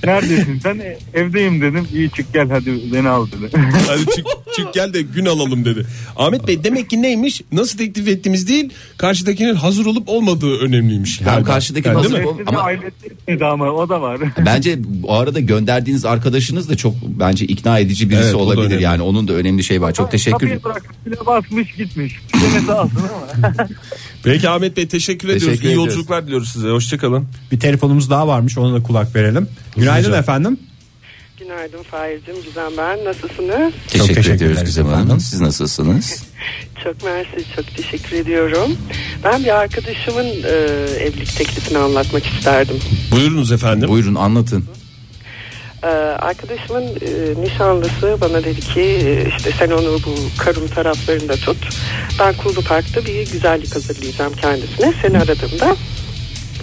neredesin sen? "E, Evdeyim dedim. İyi çık gel hadi beni al dedi.
hadi çık, çık gel de gün alalım dedi. Ahmet Bey demek ki neymiş? Nasıl teklif ettiğimiz değil, karşıdakinin hazır olup olmadığı önemliymiş.
Hem karşıdaki
Yani değil
hazır
mi?
ol- ama
ailesi etmedi ama o da var.
bence bu arada gönderdiğiniz arkadaşınız da çok bence ikna edici birisi
Evet, o da
olabilir
önemli.
yani onun da önemli şey var. Çok teşekkür
Kapıyı bırakıp bile basmış gitmiş. Demesi alsın ama.
Peki Ahmet Bey teşekkür, ediyoruz.
Teşekkür
İyi
ediyoruz.
yolculuklar diliyoruz size. Hoşçakalın.
Bir telefonumuz daha varmış ona da kulak verelim. Günaydın efendim.
Günaydın Fahir'cim, Güzel ben. Nasılsınız?
Teşekkür,
teşekkür
ediyoruz
ederiz
Gizem Hanım.
efendim.
Siz nasılsınız?
Çok mersi, çok teşekkür ediyorum. Ben bir arkadaşımın e, evlilik teklifini anlatmak isterdim.
Buyurunuz efendim.
Buyurun anlatın.
Ee, arkadaşımın e, nişanlısı bana dedi ki e, işte sen onu bu karım taraflarında tut. Ben Kuzlu Park'ta bir güzellik hazırlayacağım kendisine. Seni aradığımda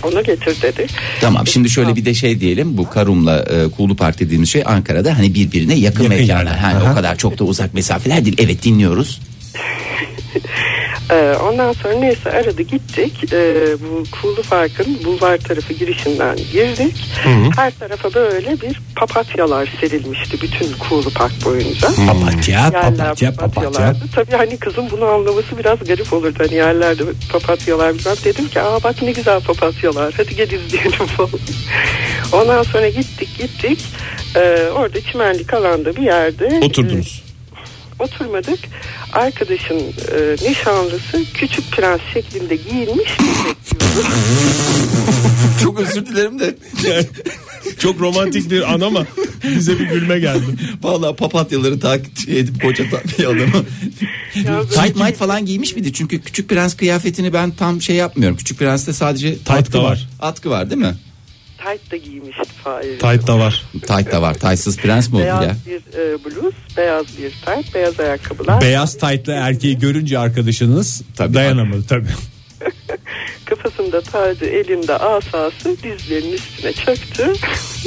onu getir dedi.
Tamam şimdi şöyle bir de şey diyelim bu Karum'la e, Kuğulu Park dediğimiz şey Ankara'da hani birbirine yakın, mekanlar. Hani o kadar çok da uzak mesafeler değil. Evet dinliyoruz.
Ee, ondan sonra neyse aradı gittik. Ee, bu Kulu Park'ın bulvar tarafı girişinden girdik. Her tarafa böyle bir papatyalar serilmişti bütün Kulu Park boyunca.
Papatya,
Yerler
papatya, papatya.
papatyalardı. Tabii hani kızın bunu anlaması biraz garip olurdu. Hani yerlerde papatyalar bilmem. Dedim ki aa bak ne güzel papatyalar. Hadi gel izleyelim falan. Ondan sonra gittik gittik. Ee, orada çimenlik alanda bir yerde. e,
Oturdunuz.
oturmadık. Arkadaşın e, nişanlısı küçük prens şeklinde giyinmiş bir bekliyordu.
Çok özür dilerim de.
Çok romantik bir an ama bize bir gülme geldi.
Vallahi papatyaları takip edip koca bir adamı. Tight might falan giymiş miydi? Çünkü Küçük Prens kıyafetini ben tam şey yapmıyorum. Küçük Prens'te sadece atkı
da
var.
var.
Atkı var değil mi?
Tayt da giymişti Fahir.
Tayt da var.
Tight da var. Taytsız prens mi oldu
Beyaz
ya?
bir e, bluz, beyaz bir tayt, beyaz ayakkabılar.
Beyaz taytlı erkeği görünce arkadaşınız dayanamadı tabii.
Kafasında tacı, elinde asası, dizlerinin üstüne çöktü.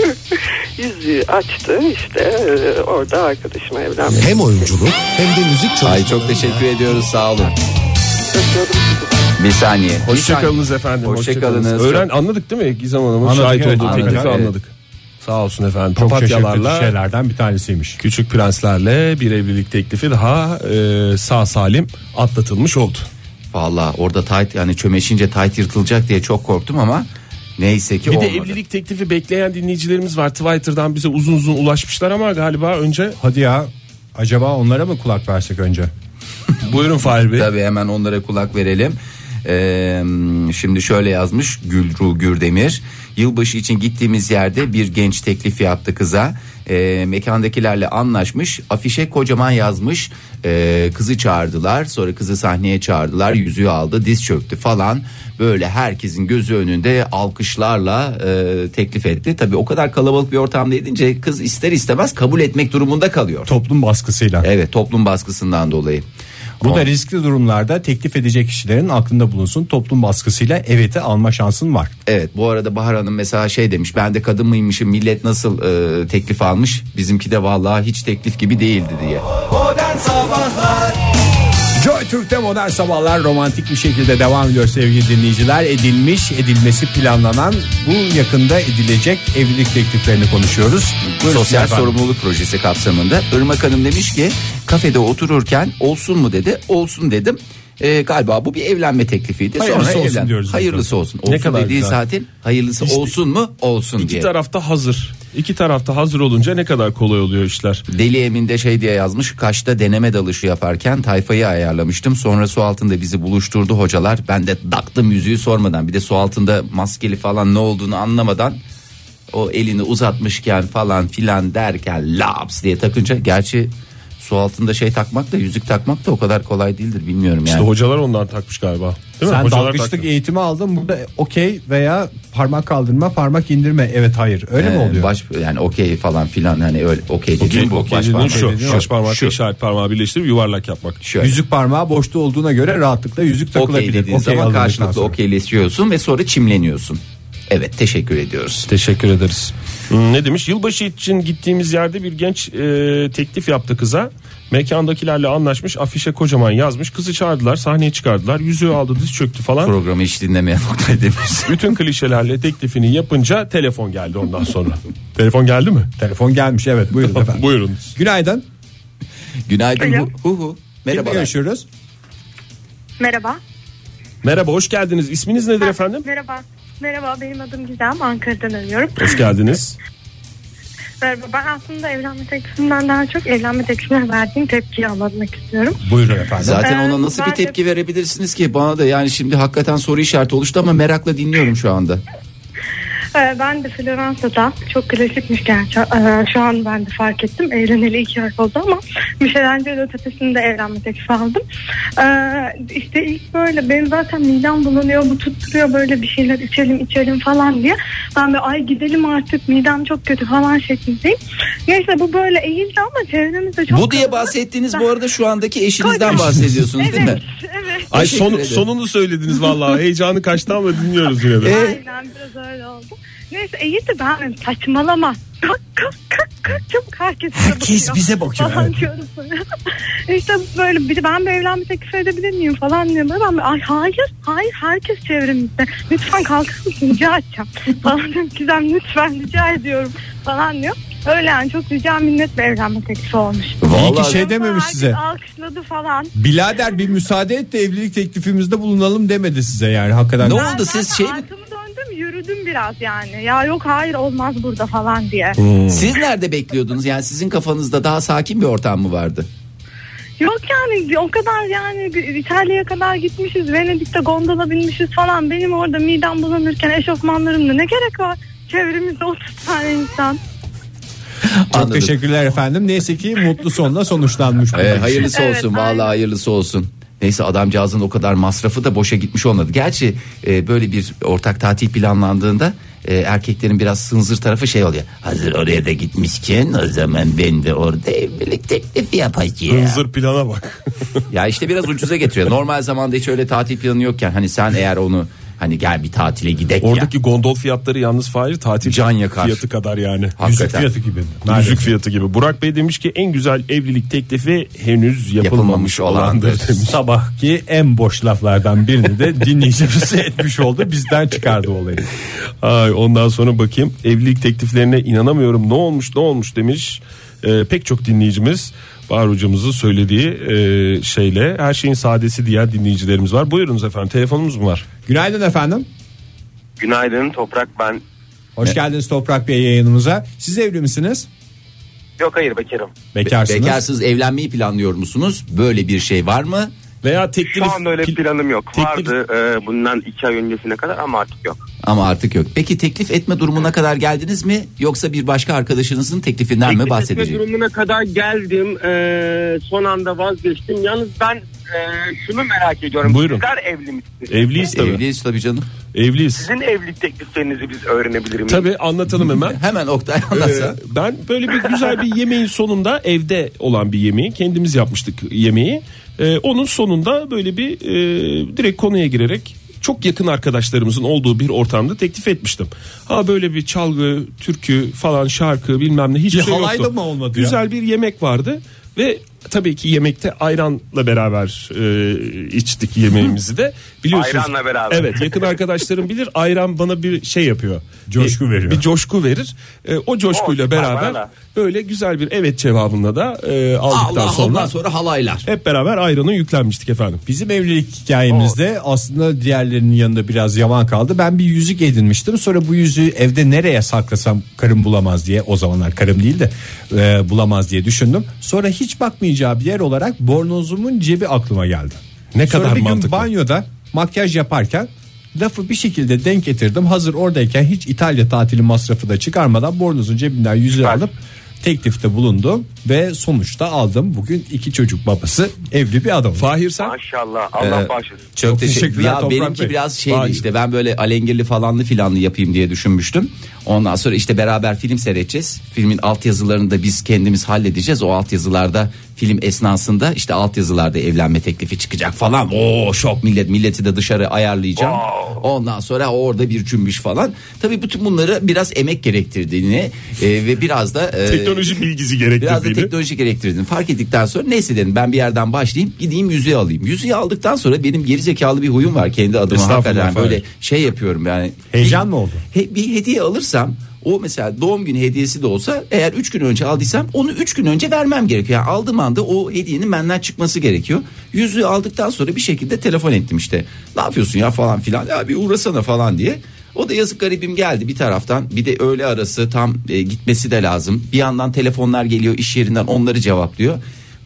Yüzüğü açtı işte e, orada arkadaşıma evlenmek.
Hem oyunculuk hem de müzik çalışmaları.
Ay çok teşekkür ediyoruz. Sağ olun. Bir saniye.
Hoşçakalınız efendim.
Hoşçakalınız.
Öğren anladık değil mi Gizem Hanım'ın
Anladık,
şahit
evet,
olduğu
anladık,
teklifi
evet.
anladık. Sağ olsun efendim.
Çok şaşırtıcı
Papatyalarla
şeylerden bir tanesiymiş.
küçük prenslerle bir evlilik teklifi daha e, sağ salim atlatılmış oldu.
Valla orada tight yani çömeşince tight yırtılacak diye çok korktum ama neyse ki
Bir
olmadı.
de evlilik teklifi bekleyen dinleyicilerimiz var. Twitter'dan bize uzun uzun ulaşmışlar ama galiba önce
Hadi ya acaba onlara mı kulak versek önce?
buyurun Fahir Bey.
Tabii hemen onlara kulak verelim. Ee, şimdi şöyle yazmış Gülru Gürdemir. Yılbaşı için gittiğimiz yerde bir genç teklif yaptı kıza. Ee, mekandakilerle anlaşmış. Afişe kocaman yazmış. Ee, kızı çağırdılar. Sonra kızı sahneye çağırdılar. Yüzüğü aldı. Diz çöktü falan. Böyle herkesin gözü önünde alkışlarla e, teklif etti. Tabii o kadar kalabalık bir ortamda edince kız ister istemez kabul etmek durumunda kalıyor.
Toplum baskısıyla.
Evet toplum baskısından dolayı.
Bu da riskli durumlarda teklif edecek kişilerin aklında bulunsun. Toplum baskısıyla evet'i alma şansın var.
Evet bu arada Bahar Hanım mesela şey demiş ben de kadın mıymışım millet nasıl e, teklif almış bizimki de vallahi hiç teklif gibi değildi diye.
Joy Türk'te modern sabahlar romantik bir şekilde devam ediyor sevgili dinleyiciler. Edilmiş, edilmesi planlanan bu yakında edilecek evlilik tekliflerini konuşuyoruz. Buyurun
Sosyal
efendim.
sorumluluk projesi kapsamında Irmak Hanım demiş ki kafede otururken olsun mu dedi olsun dedim. E, galiba bu bir evlenme teklifiydi.
Hayırlısı
Sonra
olsun diyoruz biz
Hayırlısı
de.
olsun. Olsun
kadar
dediği
güzel.
zaten hayırlısı olsun mu olsun
İki
diye.
tarafta hazır. İki tarafta hazır olunca ne kadar kolay oluyor işler.
Deli Emin de şey diye yazmış. Kaş'ta deneme dalışı yaparken tayfayı ayarlamıştım. Sonra su altında bizi buluşturdu hocalar. Ben de daktım yüzüğü sormadan. Bir de su altında maskeli falan ne olduğunu anlamadan o elini uzatmışken falan filan derken laps diye takınca gerçi su altında şey takmak da yüzük takmak da o kadar kolay değildir bilmiyorum yani.
İşte hocalar ondan takmış galiba. Değil mi?
Sen
Hocalar
dalgıçlık
takmış.
eğitimi aldın burada okey veya parmak kaldırma parmak indirme evet hayır öyle mi
Ee,
oluyor?
baş yani okey falan filan hani öyle okey dediğim
Okey,
bu
okey
baş
dediğin
parmak.
şu.
Şu,
Baş parmak
şu.
işaret parmağı birleştirip yuvarlak yapmak.
Şöyle.
Yüzük parmağı boşta olduğuna göre rahatlıkla yüzük
okey
takılabilir.
dediğin
Okey
zaman
alındıktan
karşılıklı
sonra.
okeyleşiyorsun ve sonra çimleniyorsun. Evet teşekkür ediyoruz.
Teşekkür ederiz. Hmm, Ne demiş? Yılbaşı için gittiğimiz yerde bir genç e, teklif yaptı kıza. Mekandakilerle anlaşmış afişe kocaman yazmış. Kızı çağırdılar sahneye çıkardılar. Yüzüğü aldı diz çöktü falan.
Programı hiç dinlemeyen Oktay Demir.
Bütün klişelerle teklifini yapınca telefon geldi ondan sonra. telefon geldi mi?
Telefon gelmiş evet buyurun efendim.
Buyurun.
Günaydın.
Günaydın.
Alo.
Hu, hu, hu.
Kimle
Merhabalar.
görüşüyoruz?
Merhaba.
Merhaba hoş geldiniz. İsminiz nedir efendim?
Merhaba. Merhaba benim adım Gizem Ankara'dan arıyorum.
Hoş geldiniz.
Merhaba ben aslında evlenme teklifinden daha çok evlenme teklifine verdiğim tepkiyi anlatmak istiyorum.
Buyurun efendim.
Zaten
Ben-
ona nasıl
ben
bir
de-
tepki verebilirsiniz ki? Bana da yani şimdi hakikaten soru işareti oluştu ama merakla dinliyorum şu anda.
Ee, Ben de Floransa'da çok klasikmiş gerçi. Ee, Şu an ben de fark ettim. Evleneli iki ay oldu ama Michelangelo tepesinde evlenme teklifi aldım. Ee, İşte ilk böyle benim zaten midem bulunuyor. Bu tutturuyor böyle bir şeyler içelim içelim falan diye. Ben de ay gidelim artık midem çok kötü falan şeklindeyim. Neyse bu böyle eğildi ama çevremizde çok...
Bu diye bahsettiğiniz bu arada şu andaki eşinizden bahsediyorsunuz değil mi?
Evet.
Ay
Teşekkür
son,
ederim.
sonunu söylediniz vallahi. Heyecanı kaçtı ama dinliyoruz yine de.
E, Ee,
Aynen biraz öyle oldu. Neyse iyi de ben dedim, saçmalama. Kalk kalk kalk kalk çabuk herkes bize bakıyor.
Herkes bize bakıyor,
Falan
evet.
diyorum işte böyle bir de ben bir evlenme teklifi edebilir miyim falan diyorum. Böyle Ben de, ay hayır hayır herkes çevremizde. Lütfen kalkar mısın rica edeceğim. falan diyorum Gizem lütfen rica ediyorum falan diyor. Öyle yani çok rica minnetle evlenme teklifi olmuş.
İyi ki şey dememiş
Herkes
size.
alkışladı falan.
Bilader bir müsaade et de evlilik teklifimizde bulunalım demedi size yani hakikaten.
Ben zaten
şey-
Arkamı döndüm yürüdüm biraz yani. Ya yok hayır olmaz burada falan diye.
Hmm.
Siz nerede bekliyordunuz? Yani sizin kafanızda daha sakin bir ortam mı vardı?
Yok yani o kadar yani İtalya'ya kadar gitmişiz. Venedik'te gondola binmişiz falan. Benim orada midem bulanırken eşofmanlarımla ne gerek var? Çevremizde 30 tane insan.
Çok teşekkürler efendim. Neyse ki mutlu sonla sonuçlanmış. bu şey.
Ee,
iş.
hayırlısı olsun vallahi hayırlısı olsun. Neyse adamcağızın o kadar masrafı da boşa gitmiş olmadı. Gerçi e, böyle bir ortak tatil planlandığında e, erkeklerin biraz sınzır tarafı şey oluyor. Hazır oraya da gitmişken o zaman ben de orada evlilik teklifi yapacağım.
Hınzır plana bak.
ya işte biraz ucuza getiriyor. Normal zamanda hiç öyle tatil planı yokken hani sen eğer onu hani gel bir tatile gidek ya.
Oradaki gondol fiyatları yalnız Fahir tatil
Can yakar.
fiyatı kadar yani.
Hakikaten. Yüzük fiyatı gibi. Neredeyse.
Yüzük fiyatı gibi. Burak Bey demiş ki en güzel evlilik teklifi henüz yapılmamış,
Yapılmamış
olandır.
olandır.
demiş.
Sabahki en boş laflardan birini de dinleyicimiz etmiş oldu. Bizden çıkardı olayı.
Ay ondan sonra bakayım evlilik tekliflerine inanamıyorum ne olmuş ne olmuş demiş Ee, pek çok dinleyicimiz Bahar hocamızın söylediği e, şeyle her şeyin sadesi diyen dinleyicilerimiz var. Buyurunuz efendim telefonumuz mu var?
Günaydın efendim.
Günaydın Toprak ben.
E-
Hoş geldiniz Toprak Bey yayınımıza. Siz evli misiniz?
Yok hayır bekarım.
Bekarsınız.
Bekarsınız evlenmeyi planlıyor musunuz? Böyle bir şey var mı?
Veya teklif...
Şu anda öyle bir planım yok. Vardı e, bundan iki ay öncesine kadar ama artık yok.
Ama artık yok. Peki teklif etme durumuna kadar geldiniz mi? Yoksa bir başka arkadaşınızın teklifinden mi
Teklif etme
bahsedecek?
durumuna kadar geldim. Ee, son anda vazgeçtim. Yalnız ben e, şunu merak ediyorum.
Buyurun.
Sizler evli misiniz?
Evliyiz tabii.
Evliyiz tabii canım.
Evliyiz.
Sizin evlilik tekliflerinizi biz öğrenebilir miyiz?
Tabii anlatalım hemen.
hemen Oktay
anlatsa.
ben böyle bir güzel bir yemeğin sonunda evde olan bir yemeği kendimiz yapmıştık yemeği. Ee, onun sonunda böyle bir e, direkt konuya girerek çok yakın arkadaşlarımızın olduğu bir ortamda teklif etmiştim. Ha böyle bir çalgı, türkü falan şarkı bilmem ne hiçbir
Bir
şey yoktu.
halay da mı olmadı ya?
Güzel bir yemek vardı ve tabii ki yemekte ayranla beraber e, içtik yemeğimizi de biliyorsunuz.
Ayranla beraber.
Evet yakın arkadaşlarım bilir ayran bana bir şey yapıyor.
Coşku
Bir-
veriyor.
Bir coşku verir. E, o coşkuyla
O,
beraber
bana da.
böyle güzel bir evet cevabında da e, aldıktan
Allah,
sonra.
ondan
sonra halaylar.
Hep beraber ayranı yüklenmiştik efendim.
Bizim evlilik hikayemizde
Oh.
aslında diğerlerinin yanında biraz yavan kaldı. Ben bir yüzük edinmiştim. Sonra bu yüzüğü evde nereye saklasam karım bulamaz diye o zamanlar karım değil de e, bulamaz diye düşündüm. Sonra hiç bakmayacağı bir yer olarak bornozumun cebi aklıma geldi.
Ne
Sonra
kadar
bir gün
mantıklı.
banyoda makyaj yaparken lafı bir şekilde denk getirdim. Hazır oradayken hiç İtalya tatili masrafı da çıkarmadan bornozun cebinden yüzüğü alıp teklifte bulundum ve sonuçta aldım. Bugün iki çocuk babası evli bir adam.
Fahir sen?
Maşallah Allah
Ee,
bağışlasın.
Çok, teşekkür Ya benimki biraz şeydi işte ben böyle alengirli falanlı filanlı yapayım diye düşünmüştüm. Ondan sonra işte beraber film seyredeceğiz. Filmin altyazılarını da biz kendimiz halledeceğiz. O altyazılarda film esnasında işte altyazılarda evlenme teklifi çıkacak falan. Oo şok millet milleti de dışarı ayarlayacağım. Ondan sonra orada bir cümbüş falan. Tabii bütün bunları biraz emek gerektirdiğini e, ve biraz da e,
Teknoloji bilgisi
Biraz da
gerektirdiğini.
teknoloji gerektirdiğini fark ettikten sonra neyse dedim ben bir yerden başlayayım gideyim yüzüğü alayım. Yüzüğü aldıktan sonra benim geri zekalı bir huyum var kendi adıma
Estağfurullah,
hakikaten
Fahir.
böyle şey yapıyorum yani.
Heyecan mı oldu?
He- bir hediye alırsam o mesela doğum günü hediyesi de olsa eğer 3 gün önce aldıysam onu 3 gün önce vermem gerekiyor. Yani aldığım anda o hediyenin benden çıkması gerekiyor. Yüzüğü aldıktan sonra bir şekilde telefon ettim işte. Ne yapıyorsun ya falan filan ya bir uğrasana falan diye. O da yazık garibim geldi bir taraftan bir de öğle arası tam e, gitmesi de lazım. Bir yandan telefonlar geliyor iş yerinden onları cevaplıyor.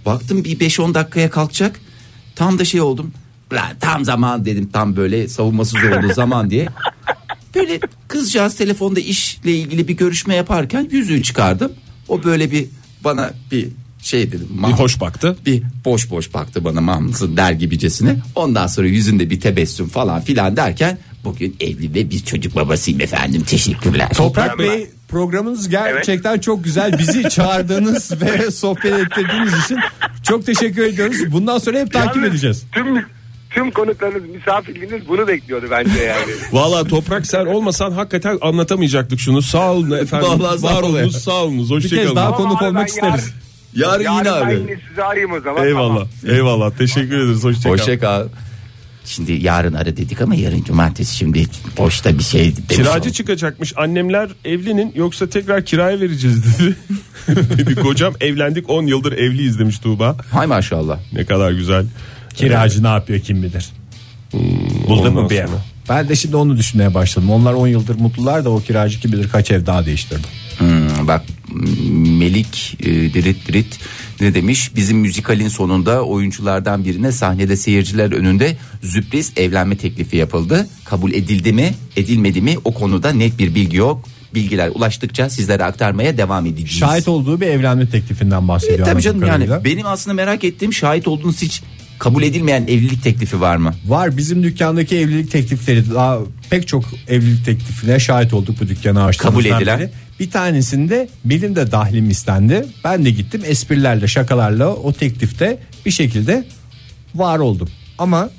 Baktım bir 5-10 dakikaya kalkacak. Tam da şey oldum. Lan tam zaman dedim tam böyle savunmasız olduğu zaman diye. Böyle kızcağız telefonda işle ilgili bir görüşme yaparken yüzüğü çıkardım. O böyle bir bana bir şey dedim. Bir hoş baktı. Bir boş boş baktı bana mamlısı der gibicesine. Ondan sonra yüzünde bir tebessüm falan filan derken bugün evli ve bir çocuk babasıyım efendim teşekkürler.
Toprak Bey programınız gerçekten çok güzel. Bizi çağırdığınız ve sohbet ettirdiğiniz için çok teşekkür ediyoruz. Bundan sonra hep takip
Yalnız
edeceğiz.
Tüm tüm konuklarınız misafirliğiniz bunu bekliyordu bence yani.
Valla toprak sen olmasan hakikaten anlatamayacaktık şunu. Sağ olun efendim.
Vallahi sağ
var
olun.
olunuz, sağ olunuz. Hoşçakalın. Yarın,
ben
yine arıyorum.
yine sizi arayayım o zaman.
Eyvallah. Eyvallah. Teşekkür ederiz. Hoşçakal.
Hoşçakal. Şimdi yarın ara dedik ama yarın cumartesi şimdi boşta bir şey. demiş
Kiracı çıkacakmış. Annemler evlenin yoksa tekrar kiraya vereceğiz dedi. dedi kocam evlendik 10 yıldır evliyiz demiş Tuğba.
Hay maşallah.
Ne kadar güzel. Hmm,
Kiracı ne yapıyor kim bilir. Buldun mu bir ev? Ben de şimdi onu düşünmeye başladım. Onlar 10 yıldır mutlular da o kiracı kim bilir kaç ev daha değiştirdi.
Hmm, bak Melik e, Dirit Dirit ne demiş? Bizim müzikalin sonunda oyunculardan birine sahnede seyirciler önünde sürpriz evlenme teklifi yapıldı. Kabul edildi mi, edilmedi mi o konuda net bir bilgi yok. Bilgiler ulaştıkça sizlere aktarmaya devam edeceğiz.
Şahit olduğu bir evlenme teklifinden bahsediyor.
E, tabii
anladığım
canım yani
kadarıyla.
benim aslında merak ettiğim şahit olduğunuz hiç kabul edilmeyen evlilik teklifi var mı?
Var bizim dükkandaki evlilik teklifleri daha pek çok evlilik teklifine şahit olduk bu dükkanı açtığımızdan
Kabul edilen.
beri. Bir tanesinde benim de dahlim istendi. Ben de gittim esprilerle şakalarla o teklifte bir şekilde var oldum. Ama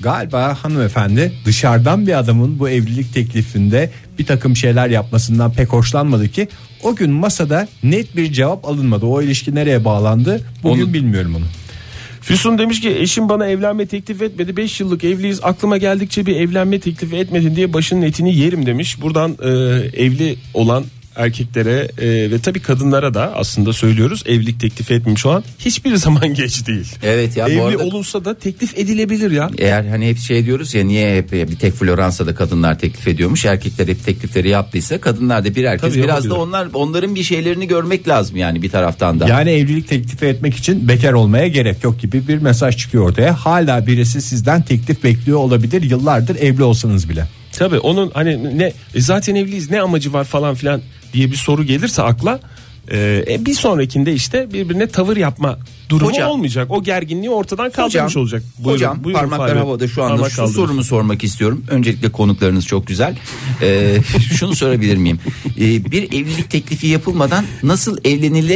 galiba hanımefendi dışarıdan bir adamın bu evlilik teklifinde bir takım şeyler yapmasından pek hoşlanmadı ki o gün masada net bir cevap alınmadı. O ilişki nereye bağlandı bugün bilmiyorum onu.
Füsun demiş ki eşim bana evlenme teklif etmedi. 5 yıllık evliyiz. Aklıma geldikçe bir evlenme teklifi etmedin diye başının etini yerim demiş. Buradan e, evli olan erkeklere e, ve tabii kadınlara da aslında söylüyoruz evlilik teklifi etmemiş olan hiçbir zaman geç değil.
Evet ya bu
Evli
arada-
olunsa da teklif edilebilir ya.
Eğer hani hep şey diyoruz ya niye hep bir tek Floransa'da kadınlar teklif ediyormuş erkekler hep teklifleri yaptıysa kadınlar da bir herkes
Tabii
biraz da
yapabilir.
onlar onların bir şeylerini görmek lazım yani bir taraftan da.
Yani evlilik teklifi etmek için bekar olmaya gerek yok gibi bir mesaj çıkıyor ortaya. Hala birisi sizden teklif bekliyor olabilir yıllardır evli olsanız bile.
Tabii onun hani ne e, zaten evliyiz ne amacı var falan filan diye bir soru gelirse akla e, e, bir sonrakinde işte birbirine tavır yapma durumu
Hocam.
olmayacak. O gerginliği ortadan kaldırmış
Hocam,
olacak.
hocam parmaklar
Fahri Bey.
havada şu anda
Parmak
şu
kaldırın.
sorumu sormak istiyorum. Öncelikle konuklarınız çok güzel. Ee, şunu sorabilir miyim? Ee, bir evlilik teklifi yapılmadan nasıl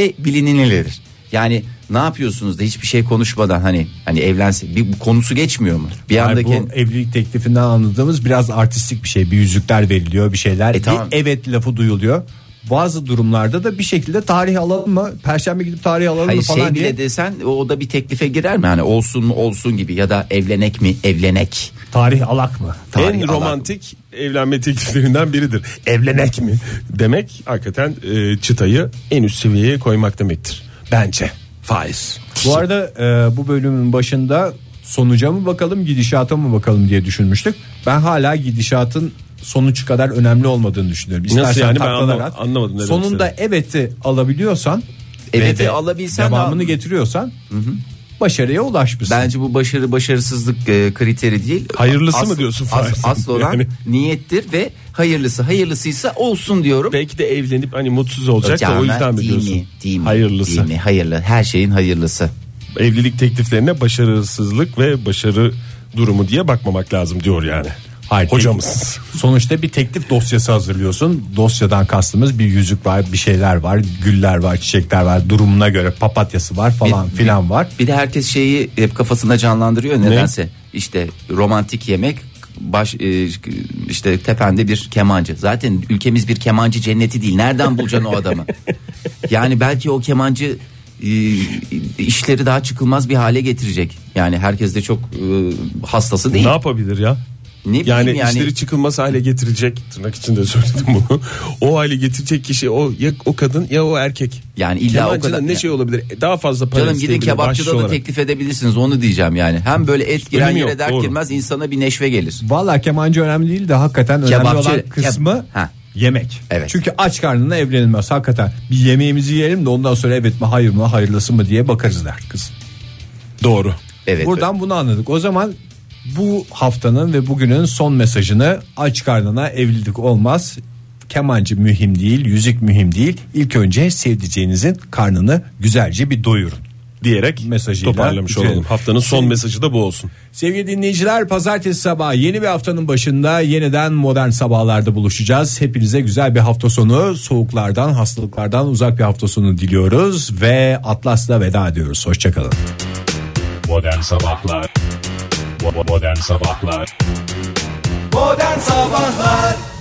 evlenilebilinilir? Yani ne yapıyorsunuz da hiçbir şey konuşmadan hani hani evlense bir bu konusu geçmiyor mu? Bir
Yani
anda
bu evlilik teklifinden anladığımız biraz artistik bir şey. Bir yüzükler veriliyor bir şeyler.
E, tamam.
Bir evet lafı duyuluyor. Bazı durumlarda da bir şekilde tarih alalım mı? Perşembe gidip tarih alalım
Hayır
mı falan
şey bile
diye.
desen o da bir teklife girer mi? Hani olsun mu olsun gibi ya da evlenek mi evlenek.
Tarih alak mı?
Tarih
en
alan.
romantik evlenme tekliflerinden biridir. Evlenek mi? Demek hakikaten e, çıtayı en üst seviyeye koymak demektir. Bence. Faiz.
Bu arada e, bu bölümün başında sonuca mı bakalım gidişata mı bakalım diye düşünmüştük. Ben hala gidişatın sonuç kadar önemli olmadan düşünüyorum.
Nasıl yani? Ben
taklalar
anlam-
at.
anlamadım ne demek
Sonunda evet'i alabiliyorsan
Evet'i
ve de
alabilsen
devamını
al-
getiriyorsan başarıya ulaşmışsın.
Bence bu başarı başarısızlık e, kriteri değil.
Hayırlısı mı diyorsun Fahir?
as- Asıl olan
Yani-
niyettir ve hayırlısı hayırlısıysa olsun diyorum.
Belki de evlenip hani mutsuz olacak da o yüzden mi
değil
diyorsun?
Mi, değil mi?
Hayırlısı.
Değil mi? Hayırlı. Her şeyin hayırlısı.
Evlilik tekliflerine başarısızlık ve başarı durumu diye bakmamak lazım diyor yani.
Hayır,
Hocamız.
Sonuçta bir teklif dosyası hazırlıyorsun. Dosyadan kastımız bir yüzük var, bir şeyler var, güller var, çiçekler var. Durumuna göre papatyası var falan filan var.
Bir de herkes şeyi hep kafasında canlandırıyor nedense. İşte romantik yemek baş e, işte tepende bir kemancı. Zaten ülkemiz bir kemancı cenneti değil. Nereden bulacaksın o adamı? Yani belki o kemancı e, işleri daha çıkılmaz bir hale getirecek. Yani herkes de çok e, hastası değil.
Ne yapabilir ya?
Ne bileyim
yani,
yani.
işleri çıkılmaz hale getirecek tırnak içinde söyledim bunu. o hale getirecek kişi o ya o kadın ya o erkek.
Yani illa o
Kemancıdan
kadar-
Ne şey olabilir? Daha fazla para
Canım gidin
isteyebilir bahşiş
kebapçıda da
olarak.
teklif edebilirsiniz onu diyeceğim yani. Hem böyle et giren
Önemi
yere
yok,
dert
doğru.
girmez insana bir neşve gelir.
Vallahi kemancı önemli değil de hakikaten önemli
Kebapçı-
olan
keb-
kısmı
Ha.
yemek. Çünkü aç karnına evlenilmez hakikaten. Bir yemeğimizi yiyelim de ondan sonra evet mi hayır mı hayırlısı mı diye bakarız der kız.
Doğru.
Evet.
Buradan bunu anladık. O zaman bu haftanın ve bugünün son mesajını aç karnına evlilik olmaz. Kemancı mühim değil, yüzük mühim değil. İlk önce sevdiceğinizin karnını güzelce bir doyurun
diyerek
mesajıyla
toparlamış
bitirelim.
olalım. Haftanın son mesajı da bu olsun.
Sevgili dinleyiciler pazartesi sabahı yeni bir haftanın başında yeniden modern sabahlarda buluşacağız. Hepinize güzel bir hafta sonu soğuklardan hastalıklardan uzak bir hafta sonu diliyoruz ve Atlas'la veda ediyoruz. Hoşçakalın.
Modern Sabahlar Bo- bo- Modern Sabahlar
Modern Sabahlar